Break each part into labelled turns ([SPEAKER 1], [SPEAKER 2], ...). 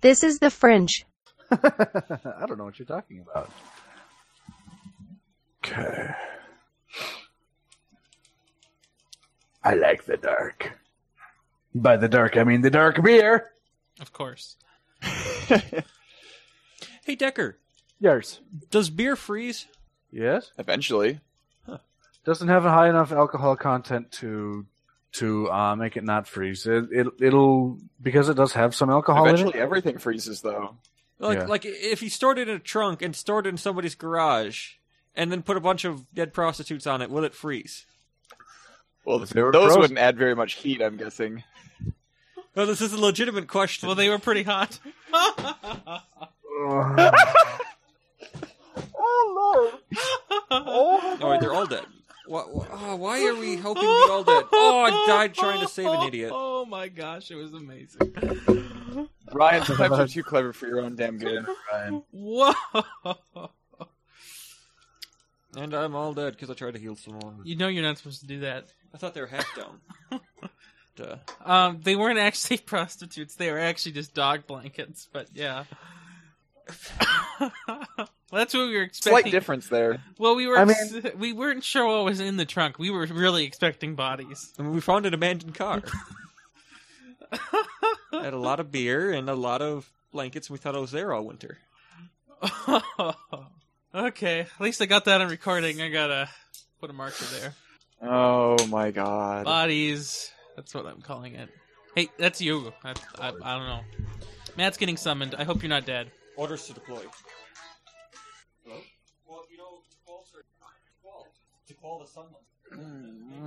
[SPEAKER 1] This is the fringe.
[SPEAKER 2] I don't know what you're talking about.
[SPEAKER 3] Okay. I like the dark. By the dark, I mean the dark beer.
[SPEAKER 4] Of course. hey Decker,
[SPEAKER 2] Yes.
[SPEAKER 4] does beer freeze?
[SPEAKER 2] Yes.
[SPEAKER 5] Eventually,
[SPEAKER 2] Doesn't have a high enough alcohol content to to uh, make it not freeze. It, it it'll because it does have some
[SPEAKER 3] Oh,
[SPEAKER 2] alcohol in
[SPEAKER 5] eventually
[SPEAKER 2] it.
[SPEAKER 5] everything freezes though.
[SPEAKER 4] Like,
[SPEAKER 2] Yeah.
[SPEAKER 4] like if you stored it in a trunk and stored it in somebody's garage, and then put a bunch of dead prostitutes on it, will it freeze?
[SPEAKER 5] Well,
[SPEAKER 3] If they were
[SPEAKER 5] those
[SPEAKER 3] frozen.
[SPEAKER 5] wouldn't add very much heat, I'm guessing.
[SPEAKER 4] No, this is a legitimate question.
[SPEAKER 6] Well, they were pretty hot.
[SPEAKER 5] Oh lord!
[SPEAKER 6] Oh.
[SPEAKER 4] All right, they're all dead. Why, why, oh, why are we hoping we're all dead? Oh, I died trying to save an idiot.
[SPEAKER 6] Oh my gosh, it was amazing.
[SPEAKER 5] Ryan, sometimes you're too clever for your own damn good.
[SPEAKER 6] Whoa!
[SPEAKER 4] And I'm all dead because I tried to heal someone.
[SPEAKER 6] You know you're not supposed to do that.
[SPEAKER 4] I thought they were half down. Duh.
[SPEAKER 6] Um, they weren't actually prostitutes. They were actually just dog blankets. But yeah, Well, that's what we were expecting.
[SPEAKER 5] Slight difference there.
[SPEAKER 6] Well, we were
[SPEAKER 2] I mean-
[SPEAKER 6] ex- we weren't sure what was in the trunk. We were really expecting bodies.
[SPEAKER 4] I mean, we found an abandoned car. I had a lot of beer and a lot of blankets. and We thought I was there all winter.
[SPEAKER 6] okay, at least I got that on recording. I gotta put a marker there.
[SPEAKER 5] Oh my god!
[SPEAKER 6] Bodies. That's what I'm calling it. Hey, that's you. I, I, I don't know. Matt's getting summoned. I hope you're not dead.
[SPEAKER 4] Orders to deploy. Hello? Well, you know, defaults are default. To call the someone.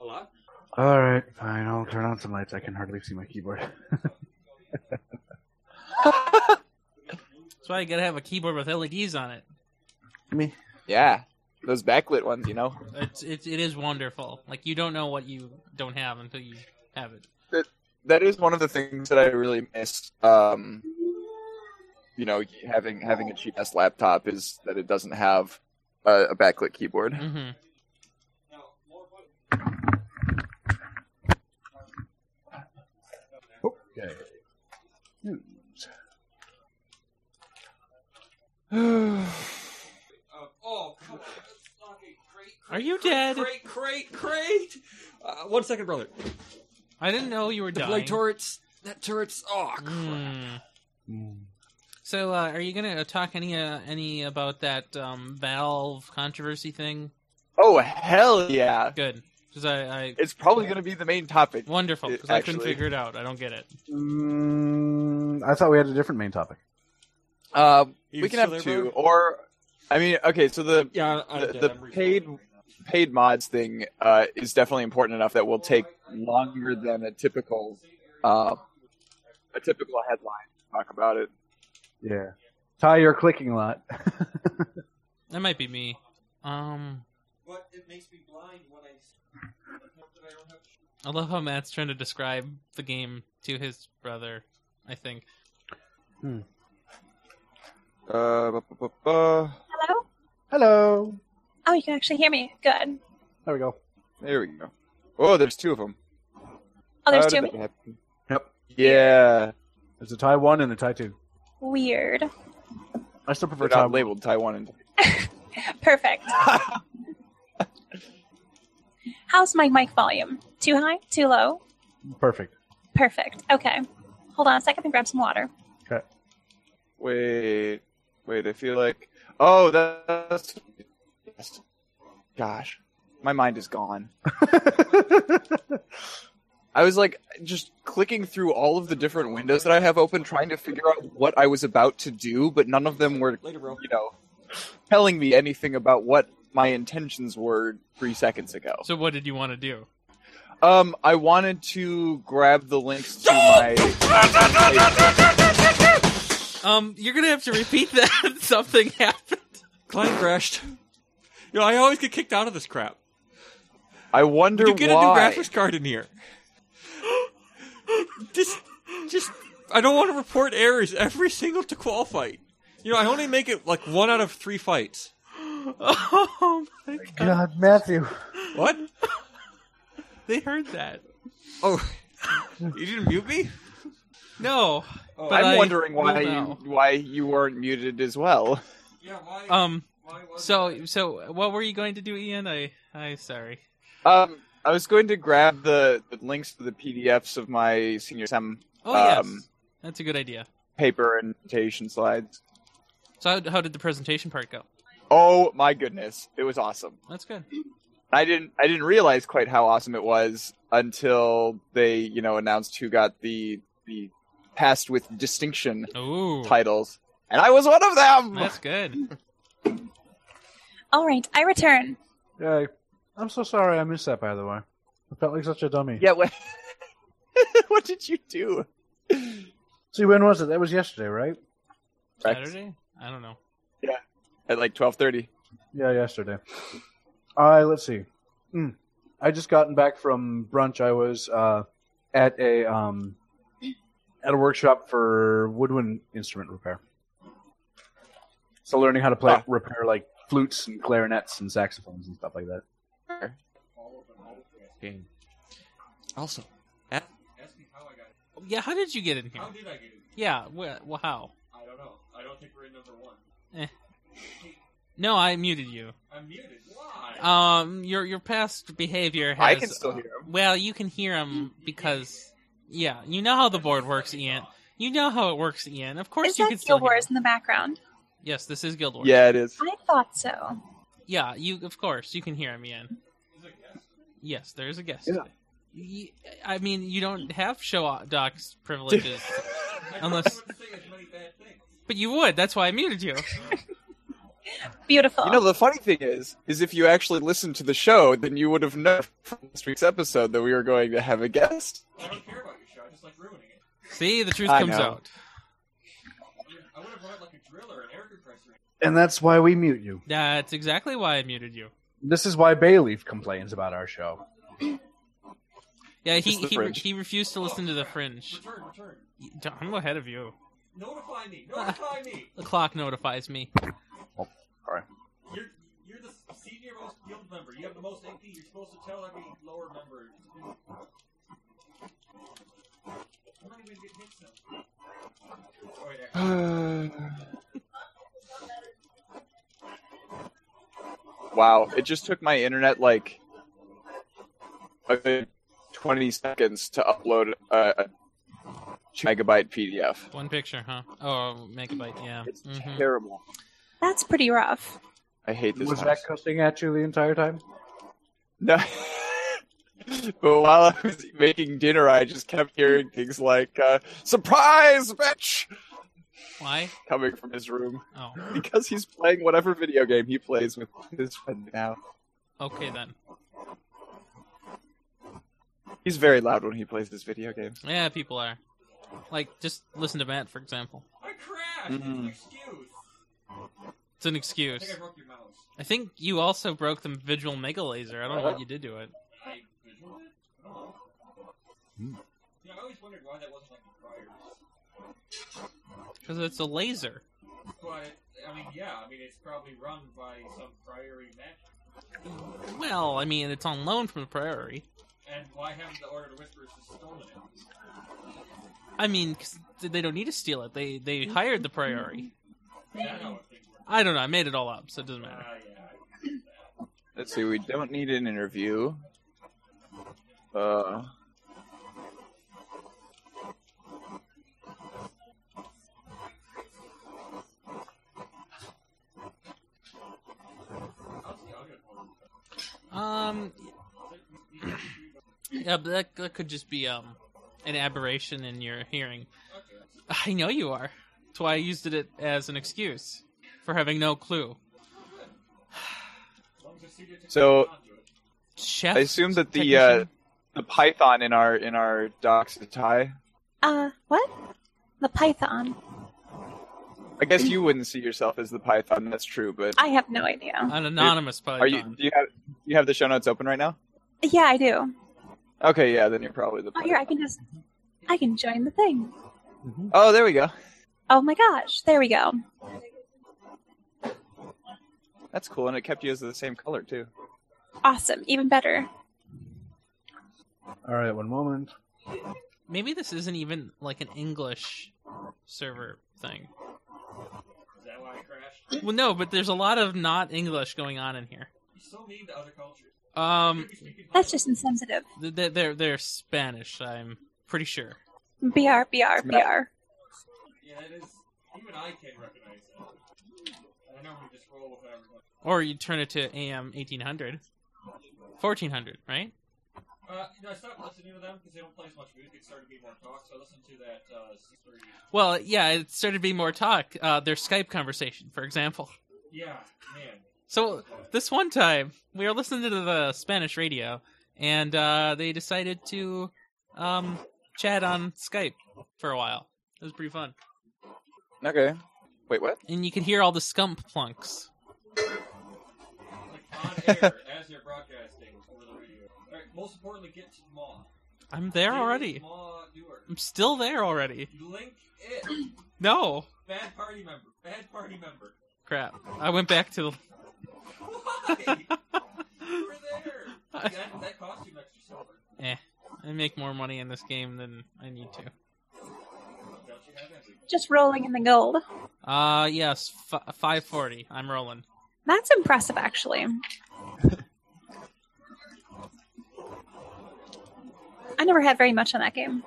[SPEAKER 4] A lot?
[SPEAKER 2] All right, fine. I'll turn on some lights. I can hardly see my keyboard.
[SPEAKER 6] That's why you gotta have a keyboard with LEDs on it.
[SPEAKER 2] Me.
[SPEAKER 5] Yeah, those backlit ones, you know.
[SPEAKER 6] It's, it's it is wonderful. Like you don't know what you don't have until you have it.
[SPEAKER 5] that is one of the things that I really miss. Um, you know, having having a cheap ass laptop is that it doesn't have a, a backlit keyboard.
[SPEAKER 4] Mm-hmm.
[SPEAKER 6] hmm
[SPEAKER 3] Okay.
[SPEAKER 4] Uh, oh, come on. That's fucking great, great,
[SPEAKER 6] Are you
[SPEAKER 4] great,
[SPEAKER 6] dead?
[SPEAKER 4] Great, great, great! Uh, one second, brother.
[SPEAKER 6] I didn't know you were
[SPEAKER 4] Deploy
[SPEAKER 6] dying.
[SPEAKER 4] turrets. That turret's. Oh, crap.
[SPEAKER 6] Mm. So, uh, are you gonna talk any uh, any about that um, Valve controversy thing?
[SPEAKER 5] Oh hell yeah!
[SPEAKER 6] Good, because I, I
[SPEAKER 5] It's probably going to be the main topic.
[SPEAKER 6] wonderful
[SPEAKER 5] It-
[SPEAKER 6] because I couldn't
[SPEAKER 5] actually-
[SPEAKER 6] figure it out. I don't get it.
[SPEAKER 2] Mm, I thought we had a different main topic.
[SPEAKER 5] Um,
[SPEAKER 4] You
[SPEAKER 5] we can have
[SPEAKER 4] still there,
[SPEAKER 5] two,
[SPEAKER 4] bro?
[SPEAKER 5] or I mean, okay. So the
[SPEAKER 4] Yeah, I, I,
[SPEAKER 5] the, the paid paid mods thing uh, is definitely important enough that will take longer than a typical uh, a typical headline to talk about it.
[SPEAKER 2] Yeah. Ty, you're clicking a lot.
[SPEAKER 6] That might be me. Um,
[SPEAKER 4] But it makes me blind when I. that I don't have.
[SPEAKER 6] I love how Matt's trying to describe the game to his brother. I think.
[SPEAKER 5] Uh, bu- bu- bu- bu.
[SPEAKER 7] Hello?
[SPEAKER 2] Hello.
[SPEAKER 7] Oh, you can actually hear me. Good.
[SPEAKER 2] There we go.
[SPEAKER 5] There we go. Oh, there's two of them.
[SPEAKER 7] Oh, there's two of me.
[SPEAKER 2] Yep.
[SPEAKER 5] Yeah,
[SPEAKER 2] There's a Ty one and a Ty two.
[SPEAKER 7] Weird.
[SPEAKER 2] I still prefer
[SPEAKER 5] they're
[SPEAKER 2] Ty
[SPEAKER 5] not
[SPEAKER 2] one.
[SPEAKER 5] labeled Taiwan and
[SPEAKER 7] Perfect. How's my mic volume? Too high? Too low?
[SPEAKER 2] Perfect.
[SPEAKER 7] Perfect. Okay. Hold on a second and grab some water.
[SPEAKER 5] wait, wait. I feel like oh, that's yes. gosh, my mind is gone. I was like just clicking through all of the different windows that I have open, trying to figure out what I was about to do, but none of them were,
[SPEAKER 4] Later, bro.
[SPEAKER 5] you know, telling me anything about what my intentions were three seconds ago.
[SPEAKER 6] So, what did you want to do?
[SPEAKER 5] Um, I wanted to grab the links to my.
[SPEAKER 6] Um, you're gonna have to repeat that. Something happened.
[SPEAKER 4] Client crashed. You know, I always get kicked out of this crap.
[SPEAKER 5] I wonder
[SPEAKER 4] You get
[SPEAKER 5] why.
[SPEAKER 4] a new graphics card in here. just, just, I don't want to report errors every single to qual fight. You know, I only make it like one out of three fights.
[SPEAKER 6] Oh my god.
[SPEAKER 2] God, Matthew.
[SPEAKER 4] What?
[SPEAKER 6] They heard that.
[SPEAKER 4] Oh, you didn't mute me?
[SPEAKER 6] No. but
[SPEAKER 5] Oh, I'm
[SPEAKER 6] I
[SPEAKER 5] wondering why
[SPEAKER 6] will
[SPEAKER 5] you
[SPEAKER 6] now.
[SPEAKER 5] why you weren't muted as well.
[SPEAKER 4] Yeah, why?
[SPEAKER 6] Um.
[SPEAKER 4] why was
[SPEAKER 6] So so what were you going to do, Ian? I I sorry.
[SPEAKER 5] Um, I was going to grab the, the links to the PDFs of my senior sem
[SPEAKER 6] Oh yes,
[SPEAKER 5] Um,
[SPEAKER 6] that's a good idea.
[SPEAKER 5] paper and presentation slides.
[SPEAKER 6] So how, how did the presentation part go?
[SPEAKER 5] Oh my goodness, it was awesome.
[SPEAKER 6] That's good.
[SPEAKER 5] I didn't I didn't realize quite how awesome it was until they you know announced who got the the passed with distinction
[SPEAKER 6] Ooh,
[SPEAKER 5] titles, and I was one of them.
[SPEAKER 6] that's good.
[SPEAKER 7] All right, I return.
[SPEAKER 2] Yeah, I'm so sorry I missed that, by the way. I felt like such a dummy.
[SPEAKER 5] Yeah, what, what did you do?
[SPEAKER 2] See, when was it? That was yesterday, right?
[SPEAKER 6] Saturday? I don't know.
[SPEAKER 5] At like twelve thirty.
[SPEAKER 2] Yeah, yesterday. I let's see. Mm. I just gotten back from brunch. I was uh, at a um, at a workshop for woodwind instrument repair. So learning how to play
[SPEAKER 5] Ah.
[SPEAKER 2] repair like flutes and clarinets and saxophones and stuff like that.
[SPEAKER 4] Game. Also, a- ask me how I got it.
[SPEAKER 6] Yeah, how did you get in here?
[SPEAKER 4] How did I get it?
[SPEAKER 6] Yeah, wh- well, how? Eh.
[SPEAKER 4] I don't know. I don't think we're in number one.
[SPEAKER 6] No, I muted you.
[SPEAKER 4] I'm muted. Why?
[SPEAKER 6] Um, your your past behavior has.
[SPEAKER 5] I can still hear him.
[SPEAKER 6] Well, you can hear him because, yeah, you know how the board works, Ian. You know how it works, Ian. Of course,
[SPEAKER 7] Is
[SPEAKER 6] you
[SPEAKER 7] that
[SPEAKER 6] can still
[SPEAKER 7] Guild
[SPEAKER 6] hear.
[SPEAKER 7] Wars in the background?
[SPEAKER 6] him. Yes, this is Guild Wars.
[SPEAKER 5] Yeah, it is.
[SPEAKER 7] I thought so.
[SPEAKER 6] yeah. You of course you can hear him, Ian. Yes, there's a guest.
[SPEAKER 2] Yeah.
[SPEAKER 6] Y- I mean, you don't have show docs privileges unless,
[SPEAKER 4] say as many bad things.
[SPEAKER 6] but you would. That's why I muted you.
[SPEAKER 7] Beautiful.
[SPEAKER 5] You know, the funny thing is, is if you actually listened to the show, then you would have known from last week's episode that we were going to have a guest.
[SPEAKER 4] I don't care about your show. I just like ruining it.
[SPEAKER 6] See, the truth
[SPEAKER 5] I
[SPEAKER 6] comes
[SPEAKER 5] know.
[SPEAKER 6] out.
[SPEAKER 4] I would have run like a drill or an air compressor.
[SPEAKER 2] And that's why we mute you.
[SPEAKER 6] That's exactly why I muted you.
[SPEAKER 2] This is why Bayleaf complains about our show.
[SPEAKER 6] Yeah, he
[SPEAKER 5] Just the
[SPEAKER 6] he, re-
[SPEAKER 5] fringe.
[SPEAKER 6] he refused to listen to the fringe.
[SPEAKER 4] Return, return.
[SPEAKER 6] I'm ahead of you.
[SPEAKER 4] Notify me. Notify me.
[SPEAKER 6] The clock notifies me.
[SPEAKER 4] You're you're the senior most guild member. You have the most AP. You're supposed to tell every lower member. I'm not even getting hits now. Oh, wait, I-
[SPEAKER 5] Wow, it just took my internet like a good 20 seconds to upload a, a two megabyte PDF.
[SPEAKER 6] One picture, huh? Oh, megabyte. Yeah.
[SPEAKER 5] It's
[SPEAKER 6] Mhm.
[SPEAKER 5] terrible.
[SPEAKER 7] That's pretty rough.
[SPEAKER 5] I hate this.
[SPEAKER 2] Was
[SPEAKER 5] house.
[SPEAKER 2] that cussing at you the entire time?
[SPEAKER 5] No. but while I was making dinner, I just kept hearing things like uh, "surprise, bitch"
[SPEAKER 6] Why?
[SPEAKER 5] coming from his room
[SPEAKER 6] Oh,
[SPEAKER 5] because he's playing whatever video game he plays with his friend now.
[SPEAKER 6] okay then.
[SPEAKER 5] He's very loud when he plays this video game.
[SPEAKER 6] Yeah, people are. Like, just listen to Matt, for example.
[SPEAKER 4] I crashed.
[SPEAKER 5] Mhm.
[SPEAKER 4] Excuse.
[SPEAKER 6] It's an
[SPEAKER 4] I think I
[SPEAKER 6] excuse.
[SPEAKER 4] broke your mouse.
[SPEAKER 6] I think you also broke the Vigil Mega Laser. I don't know what you did to it.
[SPEAKER 4] I visualized it? I don't know. You know, I always wondered why that wasn't like prior.
[SPEAKER 6] Because it's a laser.
[SPEAKER 4] But I mean, yeah. I mean, it's probably run by some priory magic.
[SPEAKER 6] Well, I mean, it's on loan from the Priory.
[SPEAKER 4] And why haven't the Order of Whispers just stolen it?
[SPEAKER 6] I mean, 'cause they don't need to steal it. They they hired the Priory.
[SPEAKER 4] Yeah, I know what things were.
[SPEAKER 6] I don't know. I made it all up, so it doesn't matter.
[SPEAKER 4] Ah, yeah.
[SPEAKER 5] Let's see. We don't need an interview. Uh.
[SPEAKER 6] Um, yeah, but that, that could just be um an aberration in your hearing. I know you are. That's why I used it as an excuse for having no clue.
[SPEAKER 5] So
[SPEAKER 6] Chef.
[SPEAKER 5] I assume that the uh,
[SPEAKER 6] technician?
[SPEAKER 5] the Python in our in our docs is high.
[SPEAKER 7] Uh, what? The Python.
[SPEAKER 5] I guess you wouldn't see yourself as the Python. That's true. But
[SPEAKER 7] I have no idea.
[SPEAKER 6] an anonymous Python.
[SPEAKER 5] are you? Do you have do you have the show notes open right now?
[SPEAKER 7] Yeah, I do.
[SPEAKER 5] Okay. Yeah. Then you're probably the.
[SPEAKER 7] Oh, here, I
[SPEAKER 5] Python.
[SPEAKER 7] can just. I can join the thing.
[SPEAKER 5] Oh, there we go.
[SPEAKER 7] Oh my gosh, there we go.
[SPEAKER 5] That's cool, and it kept you as the same color too.
[SPEAKER 7] Awesome, even better.
[SPEAKER 2] All right, one moment.
[SPEAKER 6] Maybe this isn't even like an English server thing.
[SPEAKER 4] Is that why I crashed?
[SPEAKER 6] Well, no, but there's a lot of not English going on in here.
[SPEAKER 4] He's so mean to other cultures.
[SPEAKER 6] Um,
[SPEAKER 7] That's just insensitive.
[SPEAKER 6] th- th- they're they're Spanish. I'm pretty sure.
[SPEAKER 7] BR, BR, BR.
[SPEAKER 4] Yeah, it is. Even I can't recognize that. I normally just roll with everyone.
[SPEAKER 6] Or you turn it to AM 1800, 1400, right?
[SPEAKER 4] Uh, you know, I stopped listening to them because they don't play as much music. It started to be more talk, so I listened to that uh, sister.
[SPEAKER 6] Well, yeah, it started to be more talk. Uh, their Skype conversation, for example.
[SPEAKER 4] Yeah, man.
[SPEAKER 6] So this one time, we were listening to the Spanish radio, and uh, they decided to um, chat on Skype for a while. It was pretty fun,
[SPEAKER 5] Okay. Wait, what?
[SPEAKER 6] and you could hear all the scump plunks.
[SPEAKER 4] Like on air as they're broadcasting over the radio. All right. Most importantly, get to Maw.
[SPEAKER 6] I'm there
[SPEAKER 4] Get
[SPEAKER 6] already.
[SPEAKER 4] Maw doer.
[SPEAKER 6] I'm still there already.
[SPEAKER 4] Link it.
[SPEAKER 6] No,
[SPEAKER 4] Bad party member. Bad party member.
[SPEAKER 6] crap. I went back to the.
[SPEAKER 4] Why? you were there. That, that cost you an extra silver.
[SPEAKER 6] Eh, I make more money in this game than I need to.
[SPEAKER 4] Don't you have that?
[SPEAKER 7] Just rolling in the gold.
[SPEAKER 6] Uh, yes, f- five forty. I'm rolling.
[SPEAKER 7] That's impressive, actually. I never had very much on that game.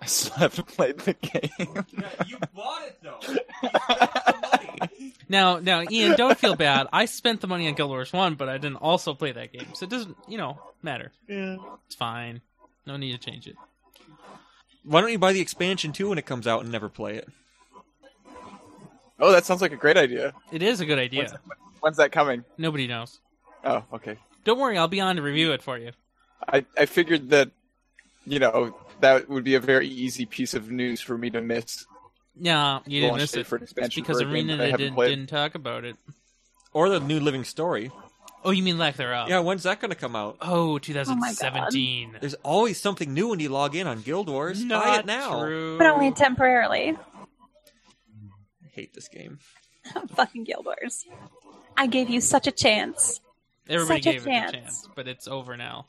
[SPEAKER 5] I still haven't played the game.
[SPEAKER 4] Yeah, you bought it though. You spent the money.
[SPEAKER 6] Now, now, Ian, don't feel bad. I spent the money on Guild Wars One, but I didn't also play that game, so it doesn't, you know, matter. Yeah, it's fine. No need to change it.
[SPEAKER 4] Why don't you buy the expansion too when it comes out and never play it?
[SPEAKER 5] oh, that sounds like a great idea.
[SPEAKER 6] It is a good idea.
[SPEAKER 5] When's that coming?
[SPEAKER 6] Nobody knows.
[SPEAKER 5] Oh, okay.
[SPEAKER 6] Don't worry, I'll be on to review it for you.
[SPEAKER 5] I, I figured that, you know, that would be a very easy piece of news for me to miss.
[SPEAKER 6] No, you didn't
[SPEAKER 5] Launch
[SPEAKER 6] miss
[SPEAKER 5] date
[SPEAKER 6] it
[SPEAKER 5] for an expansion
[SPEAKER 6] It's because
[SPEAKER 5] for a game
[SPEAKER 6] Arena
[SPEAKER 5] that I haven't
[SPEAKER 6] didn't,
[SPEAKER 5] played.
[SPEAKER 6] didn't talk about it.
[SPEAKER 4] Or the new Living Story.
[SPEAKER 6] Oh, you mean lack thereof?
[SPEAKER 4] Yeah, when's that going to come out?
[SPEAKER 6] Oh, 2017.
[SPEAKER 4] There's always something new when you log in on Guild Wars. Buy
[SPEAKER 6] Not
[SPEAKER 4] it now.
[SPEAKER 6] true.
[SPEAKER 7] But only temporarily.
[SPEAKER 4] I hate this game.
[SPEAKER 7] Fucking Guild Wars. I gave you such a chance.
[SPEAKER 6] Everybody
[SPEAKER 7] Such a
[SPEAKER 6] gave it
[SPEAKER 7] chance.
[SPEAKER 6] a chance, but it's over now.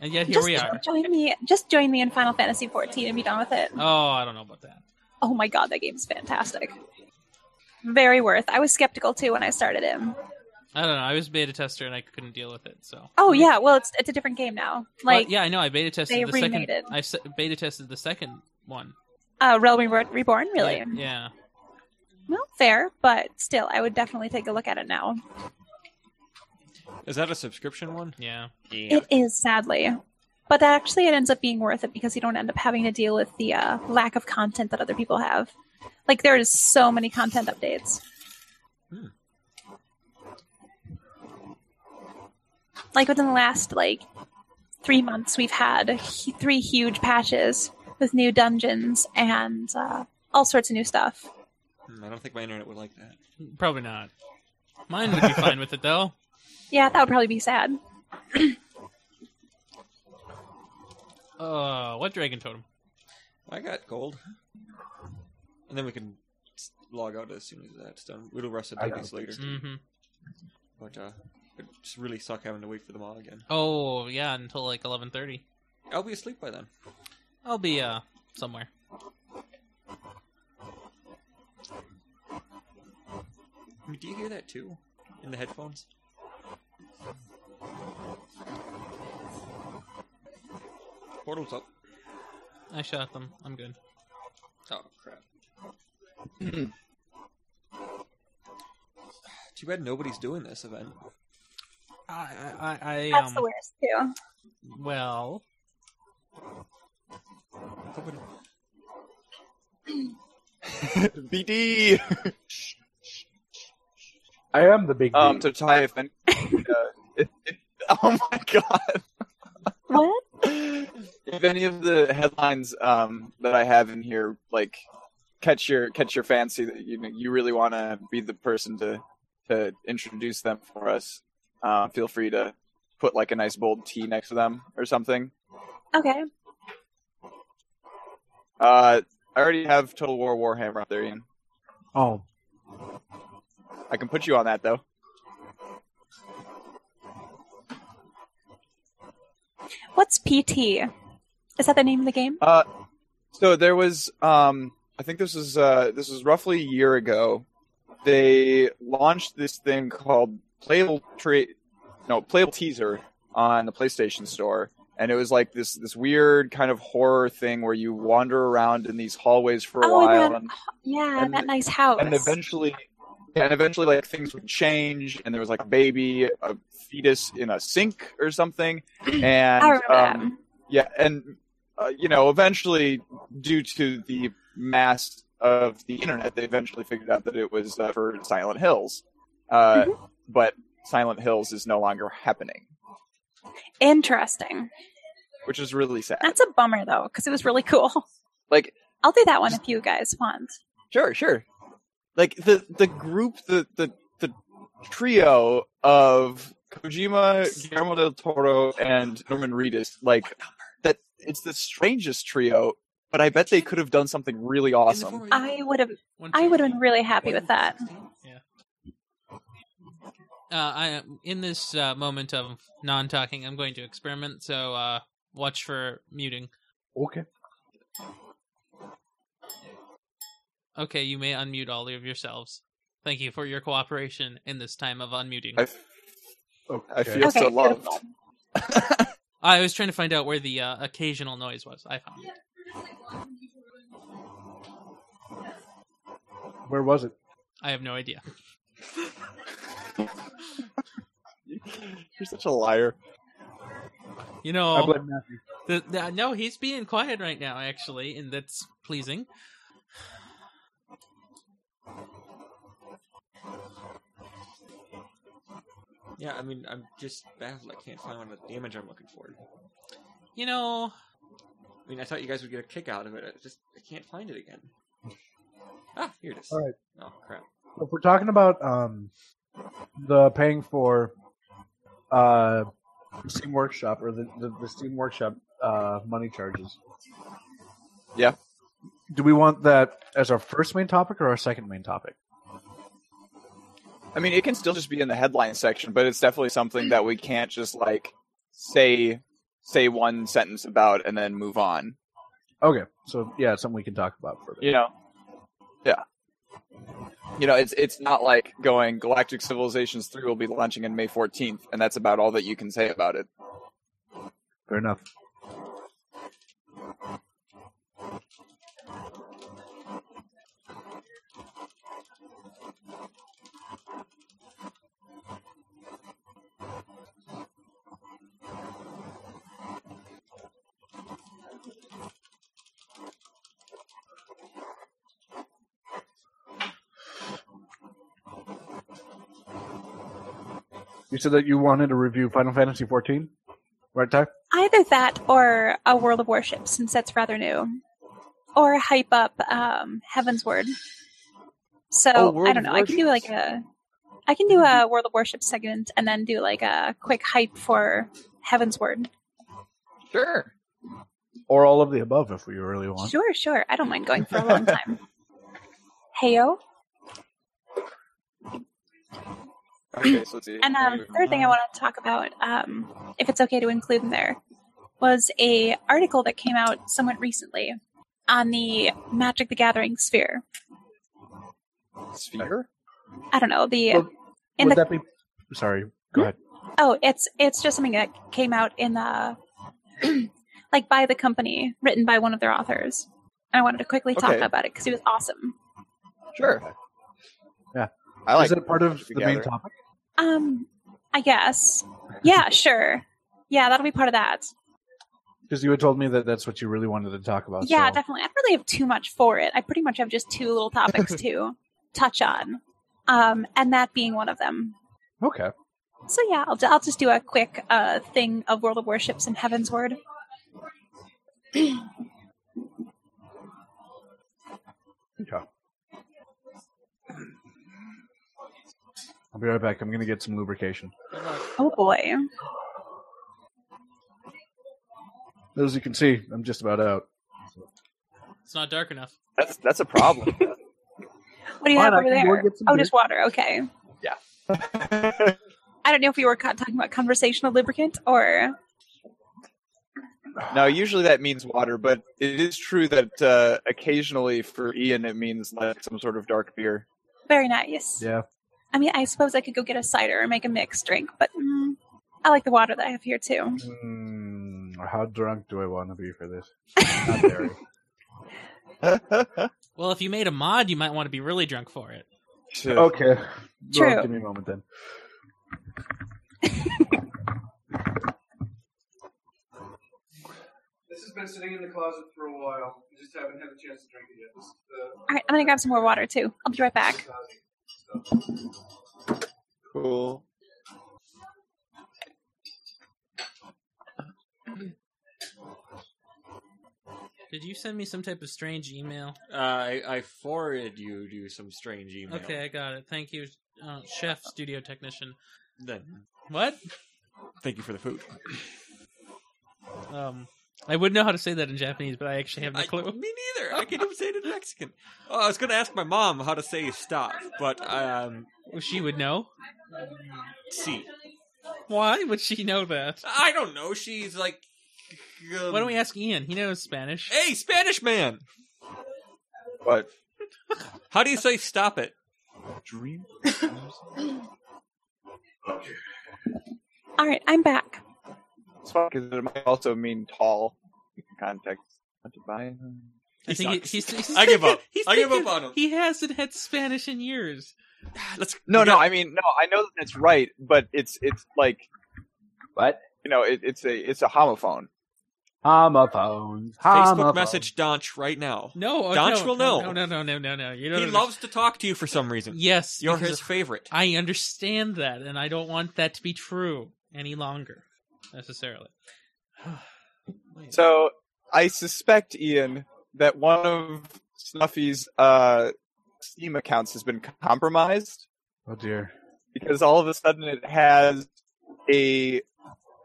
[SPEAKER 6] And yet here
[SPEAKER 7] just
[SPEAKER 6] we are.
[SPEAKER 7] join me just join me in Final Fantasy fourteen and be done with it.
[SPEAKER 6] Oh, I don't know about that.
[SPEAKER 7] Oh my god, that game's fantastic. Very worth. I was skeptical too when I started it.
[SPEAKER 6] I don't know. I was a beta tester and I couldn't deal with it. So
[SPEAKER 7] Oh yeah, well it's it's a different game now. Like
[SPEAKER 6] Uh, yeah, I know. I beta tested
[SPEAKER 7] they
[SPEAKER 6] the second.
[SPEAKER 7] remade it.
[SPEAKER 6] I se- beta tested the second one.
[SPEAKER 7] uh Realm Reborn, Reborn really.
[SPEAKER 6] Yeah, yeah.
[SPEAKER 7] Well, fair, but still I would definitely take a look at it now.
[SPEAKER 4] Is that a subscription one?
[SPEAKER 6] yeah.
[SPEAKER 7] It is sadly. But that actually it ends up being worth it because you don't end up having to deal with the uh, lack of content that other people have. Like there is so many content updates.
[SPEAKER 4] Hmm.
[SPEAKER 7] Like within the last like three months, we've had hu- three huge patches with new dungeons and uh, all sorts of new stuff.
[SPEAKER 4] Hmm, I don't think my internet would like that.
[SPEAKER 6] Probably not. Mine would be fine with it though.
[SPEAKER 7] Yeah, that would probably be sad.
[SPEAKER 6] Uh, what dragon totem?
[SPEAKER 4] I got gold. And then we can s- log out as soon as that's done. We'll rest the
[SPEAKER 2] I
[SPEAKER 4] babies later.
[SPEAKER 6] Mm-hmm.
[SPEAKER 4] But uh, it just really suck having to wait for them all again.
[SPEAKER 6] Oh yeah, until like eleven thirty.
[SPEAKER 4] I'll be asleep by then.
[SPEAKER 6] I'll be uh somewhere.
[SPEAKER 4] I mean, do you hear that too? In the headphones? Portal's up.
[SPEAKER 6] I shot them. I'm good.
[SPEAKER 4] Oh crap. Too bad nobody's doing this event.
[SPEAKER 6] I I I, I
[SPEAKER 7] That's
[SPEAKER 6] um.
[SPEAKER 7] the worst too.
[SPEAKER 6] Well,
[SPEAKER 4] Nobody-
[SPEAKER 5] BD!
[SPEAKER 2] I am the big.
[SPEAKER 5] Um,
[SPEAKER 2] D.
[SPEAKER 5] so Ty, if any, uh, if, if, oh my god!
[SPEAKER 7] What?
[SPEAKER 5] If any of the headlines um, that I have in here like catch your catch your fancy, that you you really want to be the person to to introduce them for us, uh, feel free to put like a nice bold T next to them or something.
[SPEAKER 7] Okay.
[SPEAKER 5] Uh, I already have Total War Warhammer up there, Ian.
[SPEAKER 2] oh,
[SPEAKER 5] I can put you on that though.
[SPEAKER 7] What's PT? Is that the name of the game?
[SPEAKER 5] Uh, so there was, um, I think this was uh, this was roughly a year ago. They launched this thing called Playable Tra- no Playable Teaser on the PlayStation Store, and it was like this this weird kind of horror thing where you wander around in these hallways for a
[SPEAKER 7] Oh, and
[SPEAKER 5] while,
[SPEAKER 7] then-
[SPEAKER 5] and,
[SPEAKER 7] Yeah,
[SPEAKER 5] and-
[SPEAKER 7] that nice house.
[SPEAKER 5] and eventually. yeah, And eventually, like things would change, and there was like a baby, a fetus in a sink or something, and
[SPEAKER 7] I remember
[SPEAKER 5] um,
[SPEAKER 7] that.
[SPEAKER 5] yeah, and uh, you know, eventually, due to the mass of the internet, they eventually figured out that it was uh, for Silent Hills. Uh, But Silent Hills is no longer happening,
[SPEAKER 7] Interesting.
[SPEAKER 5] which is really sad.
[SPEAKER 7] That's a bummer though, because it was really cool.
[SPEAKER 5] Like,
[SPEAKER 7] I'll do that one if you guys want.
[SPEAKER 5] sure, sure. Like the the group, the the the trio of Kojima, Guillermo del Toro, and Norman Reedus, like that. It's the strangest trio, but I bet they could have done something really awesome.
[SPEAKER 7] I would have,
[SPEAKER 6] One,
[SPEAKER 7] I
[SPEAKER 6] two,
[SPEAKER 7] would have
[SPEAKER 6] three.
[SPEAKER 7] been really happy with that.
[SPEAKER 6] Yeah. Uh, I in this uh, moment of non-talking, I'm going to experiment. So uh, watch for muting.
[SPEAKER 2] Okay.
[SPEAKER 6] Okay, you may unmute all of yourselves. Thank you for your cooperation in this time of unmuting.
[SPEAKER 5] I- I
[SPEAKER 2] Okay.
[SPEAKER 5] feel
[SPEAKER 7] Okay,
[SPEAKER 5] so loved.
[SPEAKER 7] beautiful.
[SPEAKER 6] I was trying to find out where the uh, occasional noise was. I found it.
[SPEAKER 2] Where was it?
[SPEAKER 6] I have no idea.
[SPEAKER 5] You're such a liar.
[SPEAKER 6] You
[SPEAKER 5] Um,
[SPEAKER 2] I
[SPEAKER 6] know,
[SPEAKER 2] blame Matthew.
[SPEAKER 6] the, the, no, he's being quiet right now, actually, and that's pleasing.
[SPEAKER 4] Yeah, I mean, I'm just baffled. I can't find the damage I'm looking for.
[SPEAKER 6] You know,
[SPEAKER 4] I mean, I thought you guys would get a kick out of it. I just I can't find it again. Ah, here it is.
[SPEAKER 2] All right.
[SPEAKER 4] Oh crap.
[SPEAKER 2] If we're talking about um, the paying for uh, Steam Workshop or the, the, the Steam Workshop uh, money charges.
[SPEAKER 5] Yeah.
[SPEAKER 2] Do we want that as our first main topic or our second main topic?
[SPEAKER 5] I mean, it can still just be in the headline section, but it's definitely something that we can't just like say say one sentence about and then move on.
[SPEAKER 2] Okay. So yeah, it's something we can talk about further.
[SPEAKER 5] You know. Yeah. You know, it's it's not like going Galactic Civilizations 3 will be launching on May 14th and that's about all that you can say about it.
[SPEAKER 2] Fair enough. You said that you wanted to review Final Fantasy XIV, right, Ty?
[SPEAKER 7] Either that or a World of Warship, since that's rather new, or hype up um, Heaven's Word. So
[SPEAKER 5] Oh, World
[SPEAKER 7] I don't
[SPEAKER 5] of
[SPEAKER 7] know. I can do like
[SPEAKER 5] Warships.
[SPEAKER 7] a, I can do a World of Warship segment and then do like a quick hype for Heaven's Word.
[SPEAKER 5] Sure.
[SPEAKER 2] Or all of the above, if we really want.
[SPEAKER 7] Sure, sure. I don't mind going for a long time. Heyo.
[SPEAKER 5] Okay, so let's see.
[SPEAKER 7] And um, third thing I want to talk about, um, if it's okay to include in there, was a article that came out somewhat recently on the Magic the Gathering sphere.
[SPEAKER 5] Sphere?
[SPEAKER 7] I don't know the
[SPEAKER 2] Well,
[SPEAKER 7] in
[SPEAKER 2] Would
[SPEAKER 7] the
[SPEAKER 2] that be? Sorry. Go ahead.
[SPEAKER 7] oh, it's it's just something that came out in the like by the company, written by one of their authors. And I wanted to quickly talk
[SPEAKER 5] Okay.
[SPEAKER 7] about it because it was awesome.
[SPEAKER 5] Sure.
[SPEAKER 2] Yeah.
[SPEAKER 5] I like
[SPEAKER 2] Is it part of
[SPEAKER 5] Magic
[SPEAKER 2] the
[SPEAKER 5] the
[SPEAKER 2] main
[SPEAKER 5] Gathering.
[SPEAKER 2] topic?
[SPEAKER 7] Um, I guess. Yeah, sure. Yeah, that'll be part of that.
[SPEAKER 2] Because you had told me that that's what you really wanted to talk about.
[SPEAKER 7] Yeah,
[SPEAKER 2] so-
[SPEAKER 7] definitely. I don't really have too much for it. I pretty much have just two little topics to touch on, um, and that being one of them.
[SPEAKER 2] Okay.
[SPEAKER 7] So yeah, I'll, I'll just do a quick uh, thing of World of Warships and Heaven's Word.
[SPEAKER 2] Okay. I'll be right back. I'm gonna get some lubrication.
[SPEAKER 7] Oh boy.
[SPEAKER 2] As you can see, I'm just about out.
[SPEAKER 6] it's not dark enough.
[SPEAKER 5] That's that's a problem.
[SPEAKER 7] What do you
[SPEAKER 2] Fine,
[SPEAKER 7] have
[SPEAKER 2] I
[SPEAKER 7] over
[SPEAKER 2] can go
[SPEAKER 7] there?
[SPEAKER 2] get some
[SPEAKER 7] Oh,
[SPEAKER 2] beer.
[SPEAKER 7] just water. Okay.
[SPEAKER 5] Yeah.
[SPEAKER 7] I don't know if we were co- talking about conversational lubricant or
[SPEAKER 5] Now, usually that means water, but it is true that uh, occasionally for Ian it means like some sort of dark beer.
[SPEAKER 7] Very nice.
[SPEAKER 2] Yeah.
[SPEAKER 7] I mean, I suppose I could go get a cider or make a mixed drink, but mm, I like the water that I have here too.
[SPEAKER 2] Mm, how drunk do I want to be for this? Not very.
[SPEAKER 6] Well, if you made a mod, you might want to be really drunk for it.
[SPEAKER 5] Sure.
[SPEAKER 2] okay.
[SPEAKER 7] True.
[SPEAKER 2] Well, give me a moment then.
[SPEAKER 1] This has been sitting in the closet for a while. I just haven't had a chance to drink it yet. This is the
[SPEAKER 7] All right, I'm gonna grab some more water too. I'll be right back.
[SPEAKER 5] Cool.
[SPEAKER 6] Did you send me some type of strange email?
[SPEAKER 4] Uh, I, I forwarded you to some strange email.
[SPEAKER 6] Okay, I got it. Thank you, uh, chef, studio technician.
[SPEAKER 4] Then
[SPEAKER 6] What?
[SPEAKER 4] thank you for the food.
[SPEAKER 6] Um, I would know how to say that in Japanese, but I actually have no
[SPEAKER 4] I,
[SPEAKER 6] clue.
[SPEAKER 4] me neither. I can't even say it in Mexican. Oh, I was gonna ask my mom how to say stop, but um,
[SPEAKER 6] Well, she would know.
[SPEAKER 4] see,
[SPEAKER 6] Why would she know that?
[SPEAKER 4] I don't know. She's like, um,
[SPEAKER 6] Why don't we ask Ian? He knows Spanish.
[SPEAKER 4] Hey, Spanish man,
[SPEAKER 5] But
[SPEAKER 4] how do you say stop it?
[SPEAKER 5] dream.
[SPEAKER 7] All right, I'm back.
[SPEAKER 5] Because it might also mean tall. in Context. What to buy?
[SPEAKER 6] I
[SPEAKER 4] He
[SPEAKER 6] think he-
[SPEAKER 4] sucks.
[SPEAKER 6] he's, he's
[SPEAKER 4] I give
[SPEAKER 6] thinking-
[SPEAKER 4] up.
[SPEAKER 6] he's
[SPEAKER 4] I give
[SPEAKER 6] thinking-
[SPEAKER 4] up on him.
[SPEAKER 6] He hasn't had Spanish in years.
[SPEAKER 4] Let's
[SPEAKER 5] No, no. I mean, no. I know that that's right, but it's it's like
[SPEAKER 2] What?
[SPEAKER 5] you know, it, it's a it's a homophone.
[SPEAKER 2] Homophone.
[SPEAKER 4] Facebook
[SPEAKER 2] Homophone.
[SPEAKER 4] message Donch right now.
[SPEAKER 6] No, oh,
[SPEAKER 4] Donch
[SPEAKER 6] no,
[SPEAKER 4] will
[SPEAKER 6] no,
[SPEAKER 4] know.
[SPEAKER 6] No, no, no, no, no. You don't
[SPEAKER 4] He
[SPEAKER 6] understand.
[SPEAKER 4] loves to talk to you for some reason.
[SPEAKER 6] Yes,
[SPEAKER 4] You're
[SPEAKER 6] because
[SPEAKER 4] his favorite.
[SPEAKER 6] I understand that, and I don't want that to be true any longer, necessarily.
[SPEAKER 5] So I suspect, Ian, that one of Snuffy's uh, Steam accounts has been compromised
[SPEAKER 2] Oh dear.
[SPEAKER 5] because all of a sudden it has a